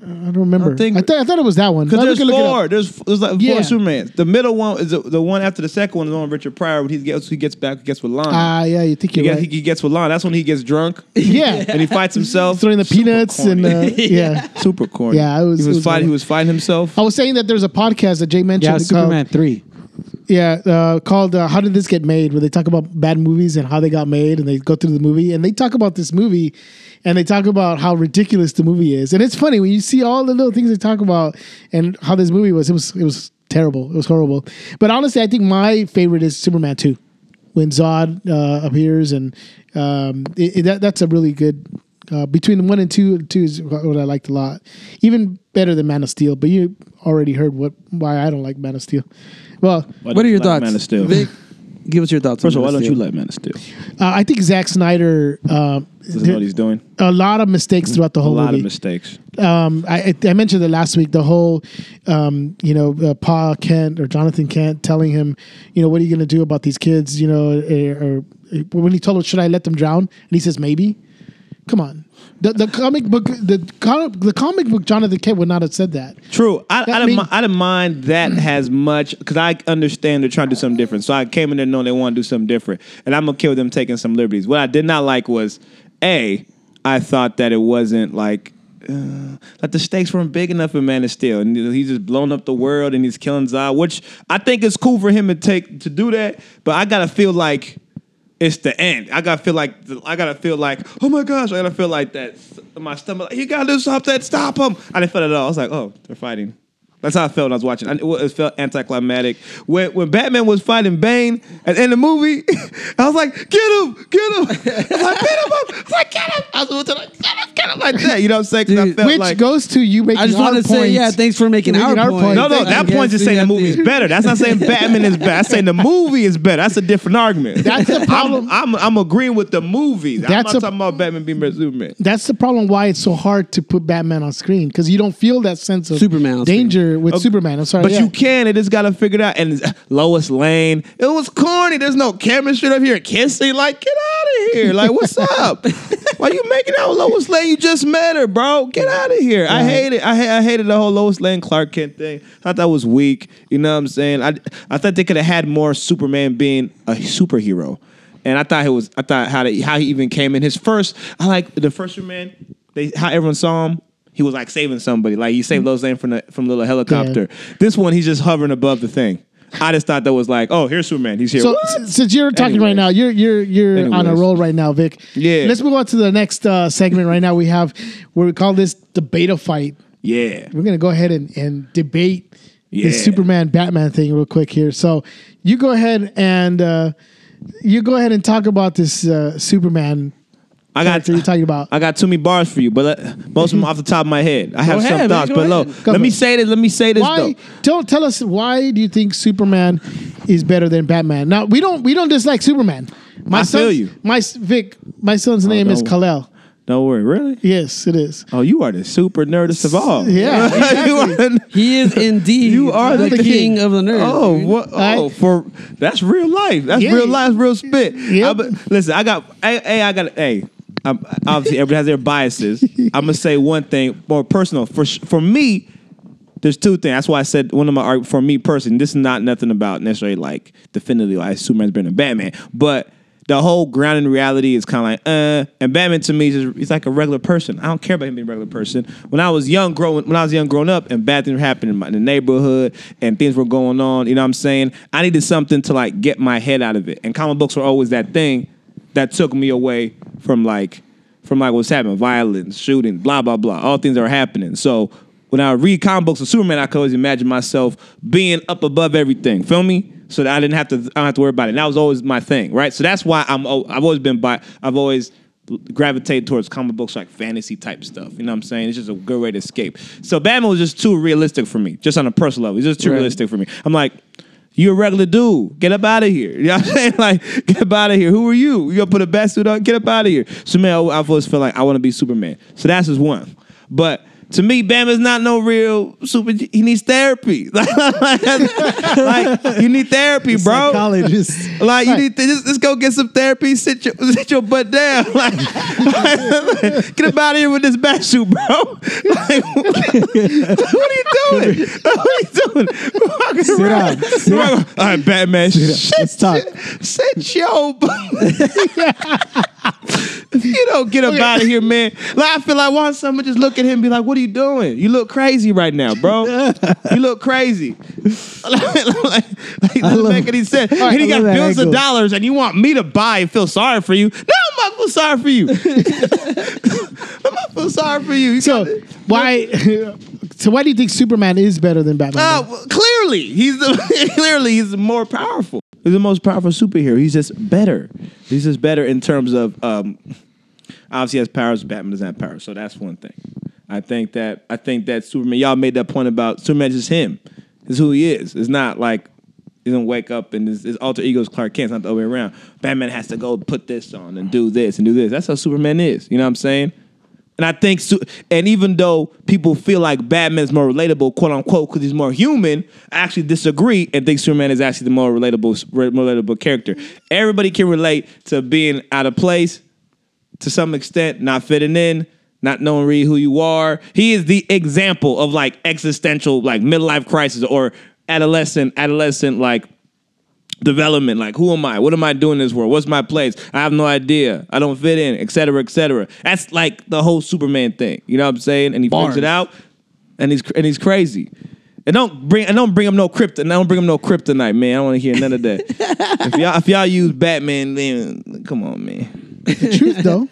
Speaker 3: I don't remember. I,
Speaker 2: I think-
Speaker 3: thought, I thought it was that one.
Speaker 2: Because
Speaker 3: I
Speaker 2: there's
Speaker 3: can look it up.
Speaker 2: four. There's there's like
Speaker 3: Yeah.
Speaker 2: four Supermans. The middle one is the, the one after the second one is the one with Richard Pryor. When he gets he gets back, gets with Lon.
Speaker 3: Ah, yeah, you think
Speaker 2: he,
Speaker 3: you're
Speaker 2: gets,
Speaker 3: right.
Speaker 2: he gets with Lon. That's when he gets drunk.
Speaker 3: Yeah.
Speaker 2: and he fights himself.
Speaker 3: Throwing the
Speaker 2: Super
Speaker 3: peanuts and uh,
Speaker 2: corny.
Speaker 3: yeah.
Speaker 2: super corny.
Speaker 3: Yeah, it was-
Speaker 2: he
Speaker 3: it
Speaker 2: was,
Speaker 3: was Oh.
Speaker 2: fighting.
Speaker 3: really-
Speaker 2: He was fighting himself.
Speaker 3: I was saying that there's a podcast that Jay mentioned.
Speaker 4: yeah,
Speaker 3: called-
Speaker 4: Superman three.
Speaker 3: yeah, uh, called uh, "How Did This Get Made," where they talk about bad movies and how they got made, and they go through the movie and they talk about this movie, and they talk about how ridiculous the movie is, and it's funny when you see all the little things they talk about and how this movie was. It was it was terrible. It was horrible. But honestly, I think my favorite is Superman two, when Zod uh, appears, and um, it, it- that, that's a really good. Uh, between one and two, two is what what I liked a lot, even better than Man of Steel. But you already heard what why I don't like Man of Steel. Well,
Speaker 1: What are your thoughts?
Speaker 2: Man of Steel.
Speaker 1: Vic, give us your thoughts.
Speaker 2: First
Speaker 1: on
Speaker 2: of all, why
Speaker 1: Man
Speaker 2: don't
Speaker 1: Steel.
Speaker 2: you like Man of Steel?
Speaker 3: Uh, I think Zack Snyder um,
Speaker 2: Doesn't know what he's doing.
Speaker 3: a lot of mistakes throughout the
Speaker 2: A
Speaker 3: whole
Speaker 2: lot of
Speaker 3: movie.
Speaker 2: mistakes.
Speaker 3: um, I, I I mentioned it last week. The whole, um, you know, uh, Pa Kent or Jonathan Kent telling him, you know, what are you going to do about these kids? You know, or, or when he told him, should I let them drown? And he says, maybe. Come on, the the comic book the comic the comic book Jonathan Kent would not have said that.
Speaker 2: True. I, I,
Speaker 3: That
Speaker 2: didn't,
Speaker 3: mean-
Speaker 2: mi- I didn't mind that as much because I understand they're trying to do something different. So I came in there knowing they want to do something different. And I'm okay with them taking some liberties. What I did not like was A, I thought that it wasn't like, uh, like the stakes weren't big enough in Man of Steel, and he's just blown up the world and he's killing Zod, which I think is cool for him to take to do that. But I gotta feel like it's the end. I gotta feel like I gotta feel like oh my gosh, I gotta feel like that. My stomach, like, you gotta do something. Stop them. I didn't feel it at all. I was like, oh, they're fighting. That's how I felt when I was watching. I, it was- it felt anticlimactic. When, when Batman was fighting Bane at the end of the movie, I was like, get him, get him. I was like, beat him up. I was like, get him. I was like, get him, get him, like that. You know what I'm saying? 'Cause I
Speaker 1: Dude,
Speaker 2: felt
Speaker 3: Which
Speaker 2: like,
Speaker 3: goes to you making.
Speaker 1: I just
Speaker 3: our
Speaker 1: want to say,
Speaker 3: point.
Speaker 1: yeah, thanks for making,
Speaker 3: Making
Speaker 1: our,
Speaker 3: our
Speaker 1: point.
Speaker 3: point.
Speaker 2: No, no,
Speaker 1: I
Speaker 2: that
Speaker 1: guess
Speaker 2: point just
Speaker 1: we
Speaker 2: saying the
Speaker 1: have
Speaker 2: movie's
Speaker 1: to-
Speaker 2: better. That's not saying Batman is better. That's saying the movie is better. That's a different argument.
Speaker 3: That's the problem.
Speaker 2: I'm, I'm, I'm agreeing with the movie. I'm
Speaker 3: That's
Speaker 2: not
Speaker 3: a-
Speaker 2: talking about Batman being better than Superman.
Speaker 3: That's the problem. Why it's so hard to put Batman on screen because you don't feel that sense of
Speaker 1: Superman on
Speaker 3: danger with
Speaker 2: Okay.
Speaker 3: Superman. I'm sorry,
Speaker 2: But
Speaker 3: yeah.
Speaker 2: you can. It just got to figure it out. And it's- Lois Lane, it was corny. There's no chemistry up here kissing. Like, get out of here. Like, what's up? Why you making out with Lois Lane? You just met her, bro. Get out of here. I hate it. I, ha- I hated the whole Lois Lane Clark Kent thing. thought that was weak. You know what I'm saying? I I thought they could have had more Superman being a superhero. And I thought it was. I thought how they, how he even came in his first. I like the first Superman. They how everyone saw him. He was like saving somebody. Like he saved Lois Lane from the from the little helicopter. This one, he's just hovering above the thing. I just thought that was like, oh, here's Superman. He's here.
Speaker 3: So
Speaker 2: What?
Speaker 3: s- since you're talking right
Speaker 2: Anyways.
Speaker 3: now, you're you're you're on a
Speaker 2: Anyways.
Speaker 3: roll right now, Vic.
Speaker 2: Yeah.
Speaker 3: Let's move on to the next uh, segment. Right now, we have where we call this the beta fight.
Speaker 2: yeah.
Speaker 3: We're gonna go ahead and and debate
Speaker 2: Yeah.
Speaker 3: this Superman Batman thing real quick here. So you go ahead and uh, you go ahead and talk about this uh, Superman.
Speaker 2: I got
Speaker 3: character you're talking about.
Speaker 2: I got too many bars for you, but uh, most of them off the top of my head. I have
Speaker 1: Go
Speaker 2: some
Speaker 1: ahead, man,
Speaker 2: thoughts,
Speaker 1: go
Speaker 2: but low.
Speaker 1: ahead.
Speaker 3: Go
Speaker 2: Let me
Speaker 3: for it.
Speaker 2: say this. Let me say this
Speaker 3: why?
Speaker 2: though.
Speaker 3: Don't tell us why do you think Superman is better than Batman? Now we don't we don't dislike Superman. My
Speaker 2: I feel
Speaker 3: son's-
Speaker 2: you. Oh,
Speaker 3: My s- Vic. My son's name is
Speaker 2: don't-
Speaker 3: Kal-El.
Speaker 2: Don't worry, really.
Speaker 3: Yes, it is.
Speaker 2: Oh, you are the super nerdest of all.
Speaker 3: Yeah,
Speaker 2: you are. the-
Speaker 1: He is indeed.
Speaker 2: You are
Speaker 1: the,
Speaker 2: the
Speaker 1: king
Speaker 2: king.
Speaker 1: of the nerds.
Speaker 2: Oh,
Speaker 1: dude.
Speaker 2: what? Oh,
Speaker 3: I-
Speaker 2: for that's real life. That's
Speaker 3: Yeah.
Speaker 2: real life. Real spit.
Speaker 3: Yep.
Speaker 2: I be- listen, I got. Hey, hey, I got. Hey, I'm, obviously everybody has their biases. I'm gonna say one thing more personal. For sh- for me, there's two things. That's why I said one of my arg- for me personally. This is not nothing about necessarily like definitively like Superman's better than Batman, but. The whole ground in reality is kind of like, uh, and Batman to me is just, he's like a regular person. I don't care about him being a regular person. When I was young growing, when I was young growing up, and bad things were happening in, my, in the neighborhood, and things were going on. You know what I'm saying? I needed something to like get my head out of it. And comic books were always that thing that took me away from like from like what's happening, violence, shooting, blah blah blah. All things are happening. So when I read comic books of Superman, I could always imagine myself being up above everything. Feel me? So that I didn't have to, I don't have to worry about it. And that was always my thing, right? So that's why I'm, al- I've always been by, I've always gravitated towards comic books like fantasy type stuff. You know what I'm saying? It's just a good way to escape. So Batman was just too realistic for me, just on a personal level. It's just too
Speaker 1: Right.
Speaker 2: realistic for me. I'm like, you a regular dude. Get up out of here. You know what I'm saying? Like, get up out of here. Who are you? You gonna put a bat suit on? Get up out of here. So man, I- I've always felt like I want to be Superman. So that's just one. But to me, Bam is not no real super. He needs therapy. like you need therapy, bro.
Speaker 4: Psychologist.
Speaker 2: Like you need to just, just go get some therapy. Sit your sit your butt down. Like, get up out of here with this bat suit, bro. Like, what are you doing? What are you doing? Sit
Speaker 4: down. Sit
Speaker 2: All right, Batman. Sit,
Speaker 4: Let's talk.
Speaker 2: sit your butt. you don't get up out of here, man. Like I feel like why someone just look at him and be like, "What are you doing? You look crazy right now, bro. you look crazy." like, like, like, doesn't
Speaker 4: love-
Speaker 2: make any sense.
Speaker 4: right,
Speaker 2: and he
Speaker 4: I
Speaker 2: got
Speaker 4: love that
Speaker 2: billions of
Speaker 4: angle.
Speaker 2: dollars, and you want me to buy and feel sorry for you? No, I'm not feel sorry for you. I'm not feel sorry for you. you
Speaker 3: So
Speaker 2: got-
Speaker 3: why? so why do you think Superman is better than Batman?
Speaker 2: Uh, well, clearly, he's the, clearly he's more powerful. He's the most powerful superhero. He's just better. He's just better in terms of um, obviously he has powers. Batman doesn't have powers, so that's one thing. I think that I think that Superman. Y'all made that point about Superman. Is him. Is who he is. It's not like he doesn't wake up and his, his alter ego is Clark Kent. It's not the other way around. Batman has to go put this on and do this and do this. That's how Superman is. You know what I'm saying? And I think, su- and even though people feel like Batman's more relatable, quote unquote, because he's more human, I actually disagree and think Superman is actually the more relatable, re- more relatable character. Everybody can relate to being out of place to some extent, not fitting in, not knowing really who you are. He is the example of like existential, like midlife crisis or adolescent, adolescent, like development like who am i what am i doing in this world what's my place i have no idea i don't fit in etc etc that's like the whole superman thing you know what i'm saying and he figures it out and he's and he's crazy and don't bring and don't bring him no krypton and don't bring him no kryptonite man i don't want to hear none of that if y'all if y'all use batman then come on man
Speaker 3: the truth, though.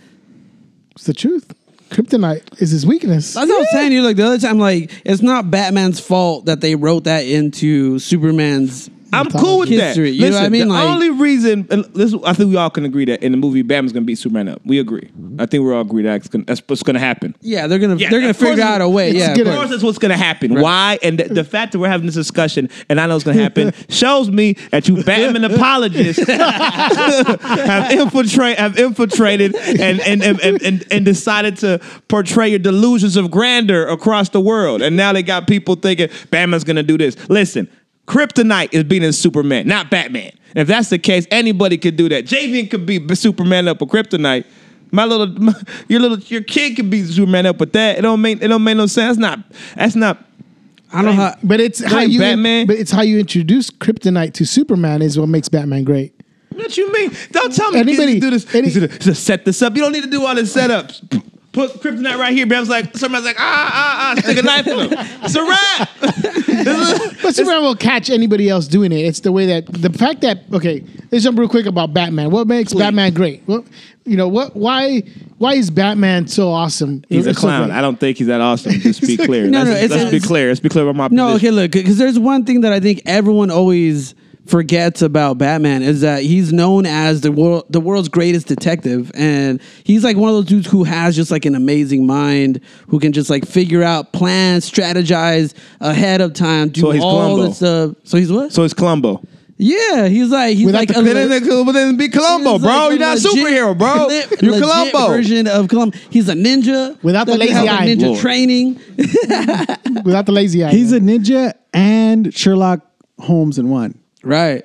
Speaker 3: It's the truth. Kryptonite is his weakness.
Speaker 1: That's what I was telling you. Like the other time, like it's not Batman's fault that they wrote that into Superman's.
Speaker 2: I'm cool with
Speaker 1: History,
Speaker 2: that.
Speaker 1: you know what I mean?
Speaker 2: The
Speaker 1: Like-
Speaker 2: only reason, and this, I think we all can agree that in the movie, Batman's gonna beat Superman up. We agree. I think we're all agree that's gonna, that's what's gonna happen.
Speaker 1: Yeah, they're gonna
Speaker 2: Yeah,
Speaker 1: they're gonna
Speaker 2: of course
Speaker 1: figure out a way.
Speaker 3: it's
Speaker 1: Yeah, of
Speaker 3: gonna-
Speaker 2: Of
Speaker 1: course.
Speaker 2: course, that's what's gonna happen. Why? And th- the fact that we're having this discussion, and I know it's gonna happen, shows me that you Batman apologists have infiltrated, have infiltrated, and and, and, and and and decided to portray your delusions of grandeur across the world. And now they got people thinking Batman's gonna do this. Listen. Kryptonite is beating Superman, not Batman. If that's the case, anybody could do that. Javian could beat Superman up with Kryptonite. My little, my, your little, your kid could beat Superman up with that. It don't make, it don't make no sense. That's not, that's not.
Speaker 1: I don't know how.
Speaker 3: But it's how
Speaker 2: ain't
Speaker 3: you
Speaker 2: Batman.
Speaker 3: but it's how you introduce kryptonite to Superman is what makes Batman great.
Speaker 2: What you mean? Don't tell me
Speaker 3: Anybody-
Speaker 2: you do this.
Speaker 3: any-
Speaker 2: you should- should set this up. You don't need to do all this setups. Put kryptonite right here. Bam's like, somebody's like, ah, ah, ah, stick a knife in him. It's a wrap.
Speaker 3: But Superman will catch anybody else doing it. It's the way that the fact that okay, let's jump real quick about Batman. What makes Batman great? What you know? What why why is Batman so awesome?
Speaker 2: He's a
Speaker 3: It's so
Speaker 2: clown.
Speaker 3: great.
Speaker 2: I don't think he's that awesome. Just be clear.
Speaker 1: No,
Speaker 2: let's
Speaker 1: no, it's-
Speaker 2: let's be
Speaker 1: it's-
Speaker 2: clear. Let's be clear about my
Speaker 1: No, okay,
Speaker 2: position.
Speaker 1: look, because there's one thing that I think everyone always forgets about Batman is that he's known as the world, the world's greatest detective, and he's like one of those dudes who has just like an amazing mind, who can just like figure out plans, strategize ahead of time, do
Speaker 2: So he's
Speaker 1: all
Speaker 2: Columbo.
Speaker 1: the stuff. So he's what?
Speaker 2: So it's Columbo.
Speaker 1: yeah, he's like he's
Speaker 3: Without
Speaker 1: like
Speaker 3: the
Speaker 1: a
Speaker 2: Then,
Speaker 1: le-
Speaker 2: it- then, it be Columbo,
Speaker 1: he's
Speaker 2: bro.
Speaker 1: like
Speaker 2: You're not a
Speaker 1: legit-
Speaker 2: superhero, bro.
Speaker 1: le-
Speaker 2: You're
Speaker 1: legit
Speaker 2: Columbo.
Speaker 1: Version of Columbo. He's a ninja
Speaker 3: Without the
Speaker 1: doesn't have
Speaker 3: lazy eye.
Speaker 1: Ninja
Speaker 2: Lord.
Speaker 1: training.
Speaker 3: Without the lazy eye,
Speaker 4: He's a ninja and Sherlock Holmes in one.
Speaker 1: Right,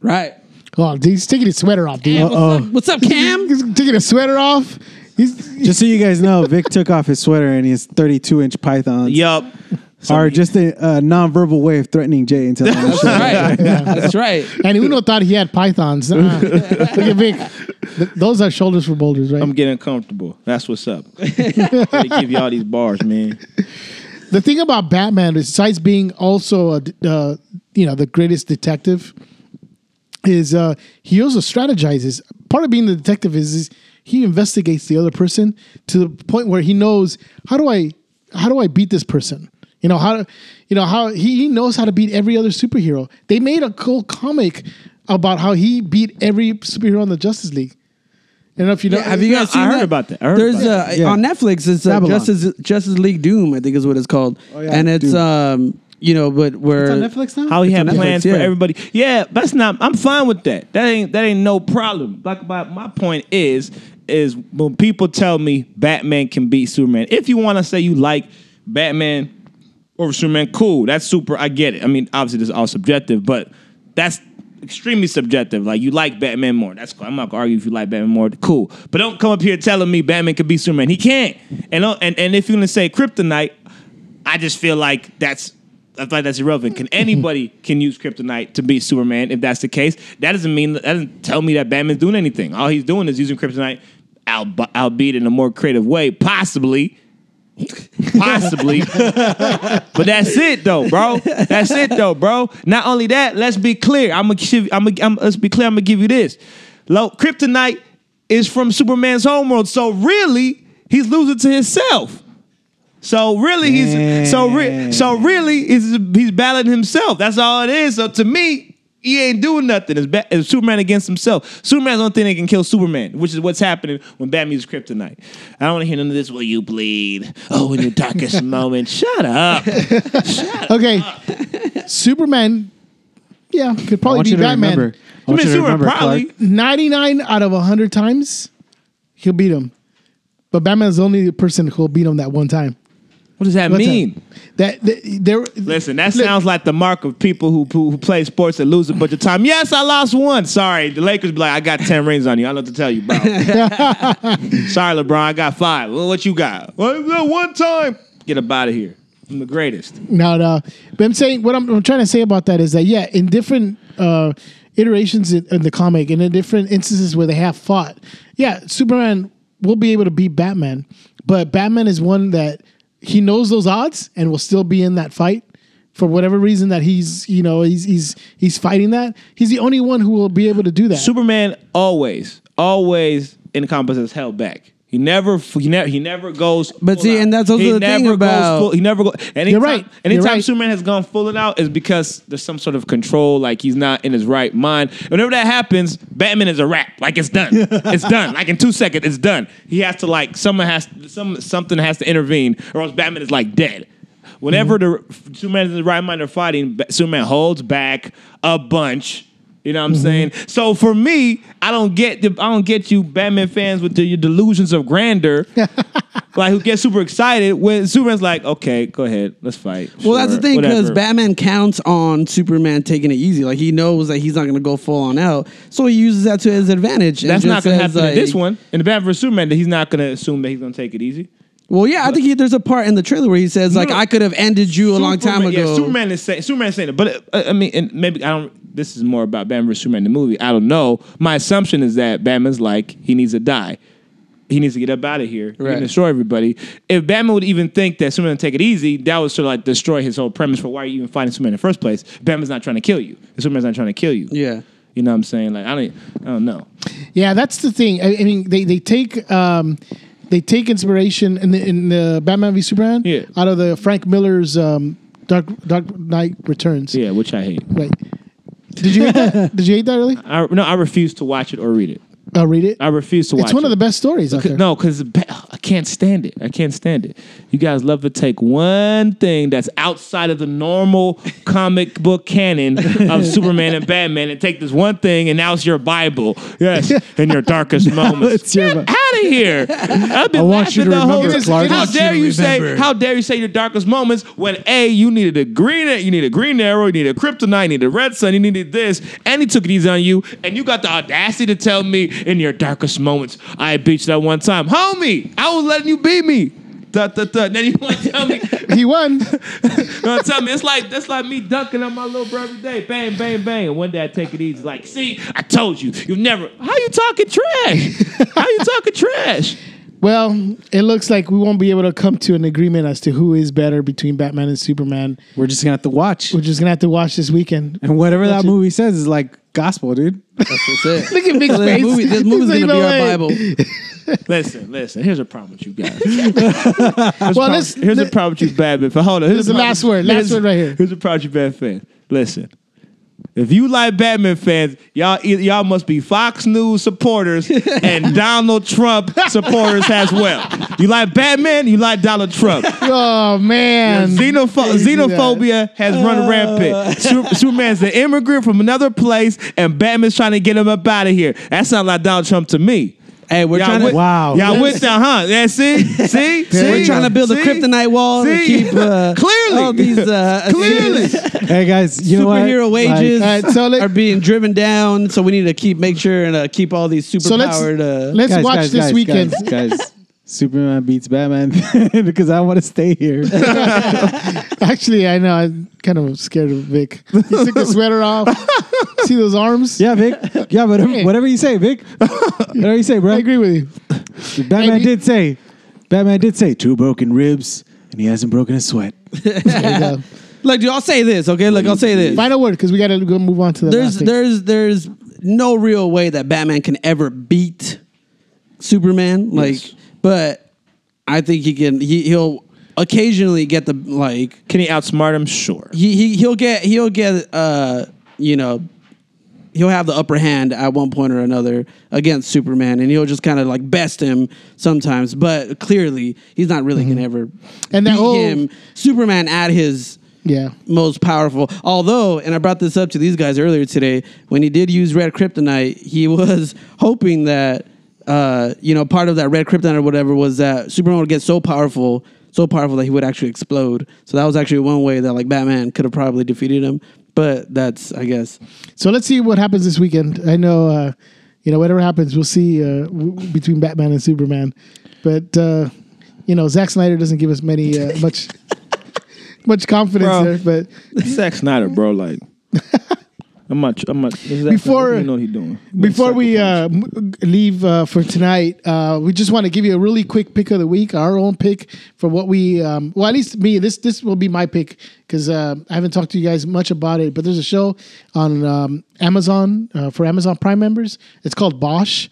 Speaker 1: right.
Speaker 3: oh, dude, he's taking his sweater off, dude.
Speaker 1: What's up? What's up, Cam?
Speaker 3: He's taking his sweater off. He's
Speaker 4: Just so you guys know, Vic took off his sweater and his 32 inch pythons
Speaker 2: Yup.
Speaker 4: are just a, a nonverbal way of threatening Jay and telling him to
Speaker 1: That's
Speaker 4: shut up.
Speaker 1: right. That's right.
Speaker 3: and Uno thought he had pythons. Uh, look at Vic. Th- those are shoulders for boulders, right?
Speaker 2: I'm getting comfortable. That's what's up. they give you all these bars, man.
Speaker 3: the thing about Batman, besides being also a, d- uh, you know the greatest detective, is uh, he also strategizes. Part of being the detective is, is he investigates the other person to the point where he knows how do I how do I beat this person? You know how you know how he, he knows how to beat every other superhero. They made a cool comic about how he beat every superhero in the Justice League. I don't know if you know.
Speaker 1: have you
Speaker 2: Yeah,
Speaker 1: guys seen
Speaker 2: I heard
Speaker 1: that?
Speaker 2: about that. I heard
Speaker 1: There's
Speaker 2: about
Speaker 1: a
Speaker 4: that. Yeah.
Speaker 1: on Netflix. It's uh,
Speaker 4: Babylon.
Speaker 1: Justice Justice League Doom, I think is what it's called,
Speaker 4: yeah,
Speaker 1: and it's
Speaker 4: Doom.
Speaker 1: um you know, but where
Speaker 4: It's on Netflix now.
Speaker 2: How he
Speaker 1: It's
Speaker 2: had
Speaker 1: on Netflix,
Speaker 2: plans
Speaker 1: yeah.
Speaker 2: for everybody. Yeah, that's not. I'm fine with that. That ain't that ain't no problem. Like, but my point is, is when people tell me Batman can beat Superman. If you want to say you like Batman over Superman, cool. That's super. I get it. I mean, obviously this is all subjective, but that's extremely subjective. Like you like Batman more. That's cool. I'm not gonna argue if you like Batman more. Cool. But don't come up here telling me Batman can beat Superman. He can't. And don't- and and if you're gonna say Kryptonite. I just feel like that's I feel like that's irrelevant. Can anybody can use kryptonite to beat Superman? If that's the case, that doesn't mean that doesn't tell me that Batman's doing anything. All he's doing is using kryptonite, alb- albeit in a more creative way, possibly. Possibly, but that's it though, bro. That's it though, bro. Not only that, let's be clear. I'm gonna, I'm gonna, let's be clear. I'm gonna give you this. Lo, kryptonite is from Superman's homeworld, so really, he's losing to himself. So really, he's so re- so really he's he's battling himself. That's all it is. So to me, he ain't doing nothing. It's, ba- it's Superman against himself. Superman's the only thing that can kill Superman, which is what's happening when Batman uses kryptonite. I don't want to hear none of this. Will you bleed? Oh, in your darkest moment. Shut up.
Speaker 3: Okay, Superman. Yeah, could
Speaker 4: I
Speaker 3: probably
Speaker 4: want
Speaker 3: be
Speaker 4: you to
Speaker 3: Batman.
Speaker 4: remember. I want you to
Speaker 2: Superman
Speaker 4: remember,
Speaker 2: probably.
Speaker 4: Clark.
Speaker 3: 99 out of 100 times, he'll beat him. But Batman's the only person who'll beat him that one time.
Speaker 2: What does that
Speaker 3: One
Speaker 2: mean?
Speaker 3: time. That, that there.
Speaker 2: Listen, that
Speaker 3: Look,
Speaker 2: sounds like the mark of people who, who who play sports and lose a bunch of time. Yes, I lost one. Sorry, the Lakers be like, I got ten rings on you. I don't know what to tell you, bro. Sorry, LeBron, I got five. Well, what you got? Well, that one time. Get up out of here. I'm the greatest.
Speaker 3: No, no. uh, But I'm saying what I'm, I'm trying to say about that is that yeah, in different uh, iterations in, in the comic and in different instances where they have fought, yeah, Superman will be able to beat Batman, but Batman is one that he knows those odds and will still be in that fight for whatever reason that he's you know he's he's he's fighting that. He's the only one who will be able to do that.
Speaker 2: Superman always, always encompasses hell back. He never, he never, he never goes.
Speaker 1: But
Speaker 2: full
Speaker 1: see,
Speaker 2: out.
Speaker 1: and that's also
Speaker 2: he
Speaker 1: the
Speaker 2: never
Speaker 1: thing
Speaker 2: goes
Speaker 1: about-
Speaker 2: Full, he never go. Anytime,
Speaker 3: right. You're
Speaker 2: Anytime
Speaker 3: right.
Speaker 2: Superman has gone full it out is because there's some sort of control, like he's not in his right mind. Whenever that happens, Batman is a wrap. Like it's done. it's done. Like in two seconds, it's done. He has to like someone has some something has to intervene, or else Batman is like dead. Whenever the Superman is in the right mind, they're fighting. Ba- Superman holds back a bunch. You know what I'm saying? So for me, I don't get the I don't get you Batman fans with the, your delusions of grandeur, like who get super excited when Superman's like, okay, go ahead, let's fight.
Speaker 1: Well, that's the
Speaker 2: Sure,
Speaker 1: thing because
Speaker 2: whatever."
Speaker 1: Batman counts on Superman taking it easy. Like he knows that he's not going to go full on out, so he uses that to his advantage. and
Speaker 2: that's
Speaker 1: just
Speaker 2: not gonna
Speaker 1: says,
Speaker 2: happen in this
Speaker 1: like-
Speaker 2: one. In the Batman vs Superman, that he's not gonna assume that he's gonna take it easy.
Speaker 1: Well, yeah, I think he, there's a part in the trailer where he says like,
Speaker 2: no.
Speaker 1: "I could have ended you a long time
Speaker 2: Superman-
Speaker 1: ago."
Speaker 2: Yeah, Superman is saying Superman is saying it, but uh, I mean, and maybe I don't. This is more about Batman vs Superman the movie. I don't know. My assumption is that Batman's like he needs to die. He needs to get up out of here
Speaker 1: Right.
Speaker 2: and destroy everybody. If Batman would even think that Superman would take it easy, that would sort of like destroy his whole premise for why are you even fighting Superman in the first place. Batman's not trying to kill you. Superman's not trying to kill you.
Speaker 1: Yeah.
Speaker 2: You know what I'm saying? Like I don't, I don't know.
Speaker 3: Yeah, that's the thing. I, I mean, they they take um, they take inspiration in the, in the Batman v Superman
Speaker 2: Yeah.
Speaker 3: out of the Frank Miller's um, Dark Dark Knight Returns.
Speaker 2: Yeah, which I hate.
Speaker 3: Right. Did you hate that? Did you hate that really?
Speaker 2: I, no, I refuse to watch it or read it.
Speaker 3: I'll read it.
Speaker 2: I refuse to watch.
Speaker 3: It's one
Speaker 2: it.
Speaker 3: of the best stories out there.
Speaker 2: No, because I can't stand it. I can't stand it. You guys love to take one thing that's outside of the normal comic book canon of Superman and Batman and take this one thing and now it's your Bible. Yes, in your darkest moments.
Speaker 4: It's your Bi-
Speaker 2: Get out of here. I've been
Speaker 4: I want
Speaker 2: laughing
Speaker 4: you to
Speaker 2: the whole
Speaker 4: remember,
Speaker 2: time.
Speaker 4: Clark. I
Speaker 2: How
Speaker 4: want
Speaker 2: dare
Speaker 4: you to
Speaker 2: you say
Speaker 4: remember.
Speaker 2: how dare you say your darkest moments when A, you needed a green you need a green arrow, you need a kryptonite, you need a red sun, you needed this, and he took these on you, and you got the audacity to tell me in your darkest moments, I beat you that one time. Homie, I was letting you beat me. Da, da, da. Then you want to tell me,
Speaker 3: He won.
Speaker 2: no, tell me, it's like that's like me dunking on my little bro every day. Bang, bang, bang. And one day I take it easy. Like, see, I told you, you never. How you talking trash? How you talking trash?
Speaker 3: Well, it looks like we won't be able to come to an agreement as to who is better between Batman and Superman.
Speaker 4: We're just gonna have to watch,
Speaker 3: We're just gonna have to watch this weekend.
Speaker 4: and whatever that
Speaker 3: it.
Speaker 4: movie says is like gospel, dude.
Speaker 1: That's it.
Speaker 3: Look at Big
Speaker 1: So this
Speaker 3: Face.
Speaker 1: movie, this
Speaker 3: He's
Speaker 1: movie's
Speaker 3: like,
Speaker 1: gonna
Speaker 3: "No
Speaker 1: be our
Speaker 3: way."
Speaker 1: Bible.
Speaker 2: Listen, listen. Here's a problem with you guys.
Speaker 3: Well, let's.
Speaker 2: Here's a problem with you bad man. Hold on. Here's
Speaker 3: This is the last word. Last
Speaker 2: here's-
Speaker 3: word right here.
Speaker 2: Here's a problem with you bad fans. Listen. If you like Batman fans, y'all e- y'all must be Fox News supporters and Donald Trump supporters as well. You like Batman, you like Donald Trump.
Speaker 3: oh man,
Speaker 2: Xenopho- xenophobia has
Speaker 3: Uh.
Speaker 2: run rampant. Su- Superman's an immigrant from another place, and Batman's trying to get him up out of here. That sounds like Donald Trump to me.
Speaker 1: Hey, we're
Speaker 2: Y'all
Speaker 1: trying
Speaker 2: with-
Speaker 1: to
Speaker 4: Wow.
Speaker 2: Y'all with that, huh? Yeah, see? See? see?
Speaker 1: we're trying to build a
Speaker 2: See?
Speaker 1: kryptonite wall to
Speaker 2: See?
Speaker 1: keep uh,
Speaker 2: Clearly.
Speaker 1: all these uh,
Speaker 2: Clearly.
Speaker 4: hey guys, you know what?
Speaker 1: superhero
Speaker 4: Like,
Speaker 1: wages
Speaker 3: All right, so let-
Speaker 1: are being driven down. So we need to keep make sure and uh, keep all these
Speaker 3: So let's
Speaker 1: superpowered. uh,
Speaker 3: let's
Speaker 4: guys,
Speaker 3: watch
Speaker 4: guys,
Speaker 3: this
Speaker 4: guys,
Speaker 3: weekend.
Speaker 4: guys. guys. Superman beats Batman because I want to stay here.
Speaker 3: Actually, I know I'm kind of scared of Vic. He took the sweater off. See those arms?
Speaker 4: yeah, Vic. Yeah, whatever,
Speaker 3: Hey.
Speaker 4: whatever you say, Vic. Whatever you say, bro.
Speaker 3: I agree with you.
Speaker 4: Batman
Speaker 3: And you-
Speaker 4: did say, Batman did say, two broken ribs, and he hasn't broken a sweat.
Speaker 1: Look, dude, I'll say this, okay? Look, I'll say this.
Speaker 3: Final word, because we got to go move on to the
Speaker 1: There's
Speaker 3: last thing.
Speaker 1: there's there's no real way that Batman can ever beat Superman. Like, but I think he can. He, he'll occasionally get the like.
Speaker 2: Can he outsmart him? Sure.
Speaker 1: He, he he'll get he'll get uh you know. He'll have the upper hand at one point or another against Superman, and he'll just kind of like best him sometimes. But clearly, he's not really gonna ever
Speaker 3: Mm-hmm. And that
Speaker 1: beat
Speaker 3: whole-
Speaker 1: him. Superman at his
Speaker 3: yeah.
Speaker 1: most powerful. Although, and I brought this up to these guys earlier today, when he did use red kryptonite, he was hoping that uh, you know part of that red kryptonite or whatever was that Superman would get so powerful, so powerful that he would actually explode. So that was actually one way that like Batman could have probably defeated him. But that's I guess
Speaker 3: So let's see what happens this weekend. I know, uh, you know, whatever happens, we'll see uh, w- between Batman and Superman. But uh, you know, Zack Snyder doesn't give us many uh, much much confidence
Speaker 2: Bro.
Speaker 3: there. But
Speaker 2: Zack Snyder, bro. Like, I'm not. I'm not.
Speaker 3: Before-
Speaker 2: you know what he's doing.
Speaker 3: Before we uh, m- leave uh, for tonight, uh, we just want to give you a really quick pick of the week, our own pick for what we. Um, well, at least me. This this will be my pick because uh, I haven't talked to you guys much about it. But there's a show on um, Amazon uh, for Amazon Prime members. It's called Bosch.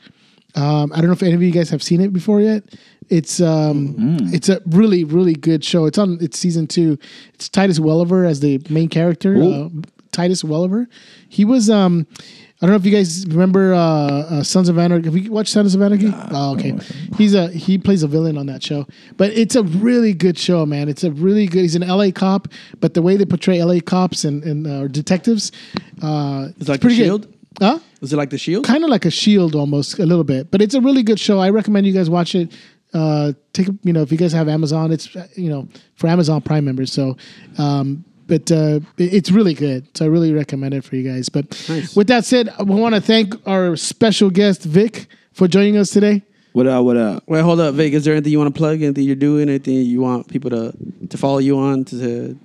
Speaker 3: Um, I don't know if any of you guys have seen it before yet. It's um,
Speaker 1: Mm-hmm.
Speaker 3: it's a really really good show. It's on it's season two. It's Titus Welliver as the main character. Uh, Titus Welliver, he was um, I don't know if you guys remember uh, uh, Sons of Anarchy. Have you watched Sons of Anarchy? oh, okay. He's a he plays a villain on that show, but it's a really good show, man. It's a really good. He's an LA cop, but the way they portray LA cops and and uh, detectives, uh, it's
Speaker 1: like The
Speaker 3: pretty
Speaker 1: Shield?
Speaker 3: good. Huh?
Speaker 1: was it like the Shield?
Speaker 3: kind of like a shield almost a little bit but it's a really good show i recommend you guys watch it uh take you know if you guys have amazon it's uh, you know for amazon prime members so um but uh, it- it's really good, so I really recommend it for you guys. But with that said, we want to thank our special guest Vic for joining us today.
Speaker 2: What up? What up?
Speaker 1: Wait, hold up, Vic. Is there anything you want to plug? Anything you're doing? Anything you want people to to follow you on? To, to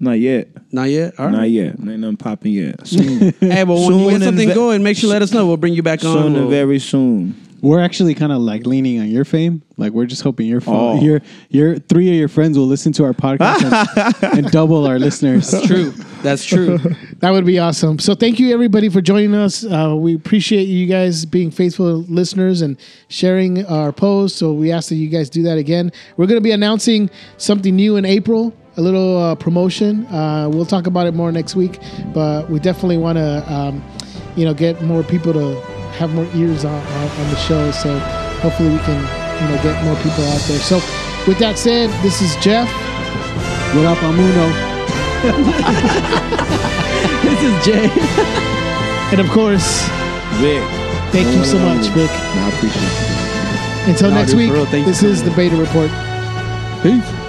Speaker 2: Not yet.
Speaker 1: not yet. All right.
Speaker 2: Not yet. Ain't nothing popping yet. Soon,
Speaker 1: Hey, well, when
Speaker 2: Soon
Speaker 1: you get
Speaker 2: and
Speaker 1: something
Speaker 2: ve-
Speaker 1: going, make sure you let us know. We'll bring you back on.
Speaker 2: soon
Speaker 1: We'll-
Speaker 2: and very soon.
Speaker 4: We're actually kind of like leaning on your fame. Like we're just hoping your fo-
Speaker 2: Oh.
Speaker 4: your your three of your friends will listen to our podcast and, and double our listeners.
Speaker 1: True. That's true.
Speaker 3: That would be awesome. So thank you everybody for joining us. Uh, we appreciate you guys being faithful listeners and sharing our posts. So we ask that you guys do that again. We're going to be announcing something new in April, a little uh, promotion. Uh, we'll talk about it more next week, but we definitely want to, um, you know, get more people to have more ears on, on, on the show. So hopefully we can, you know, get more people out there. So with that said, this is Jeff.
Speaker 4: What up, Amuno?
Speaker 1: this is Jay.
Speaker 3: And of course,
Speaker 2: Vic.
Speaker 3: thank you so much, Vic.
Speaker 2: I appreciate it.
Speaker 3: Until
Speaker 1: No,
Speaker 3: next
Speaker 1: dude,
Speaker 3: week,
Speaker 1: for real, thank you
Speaker 3: this
Speaker 1: for
Speaker 3: is the Beta Report.
Speaker 4: Peace.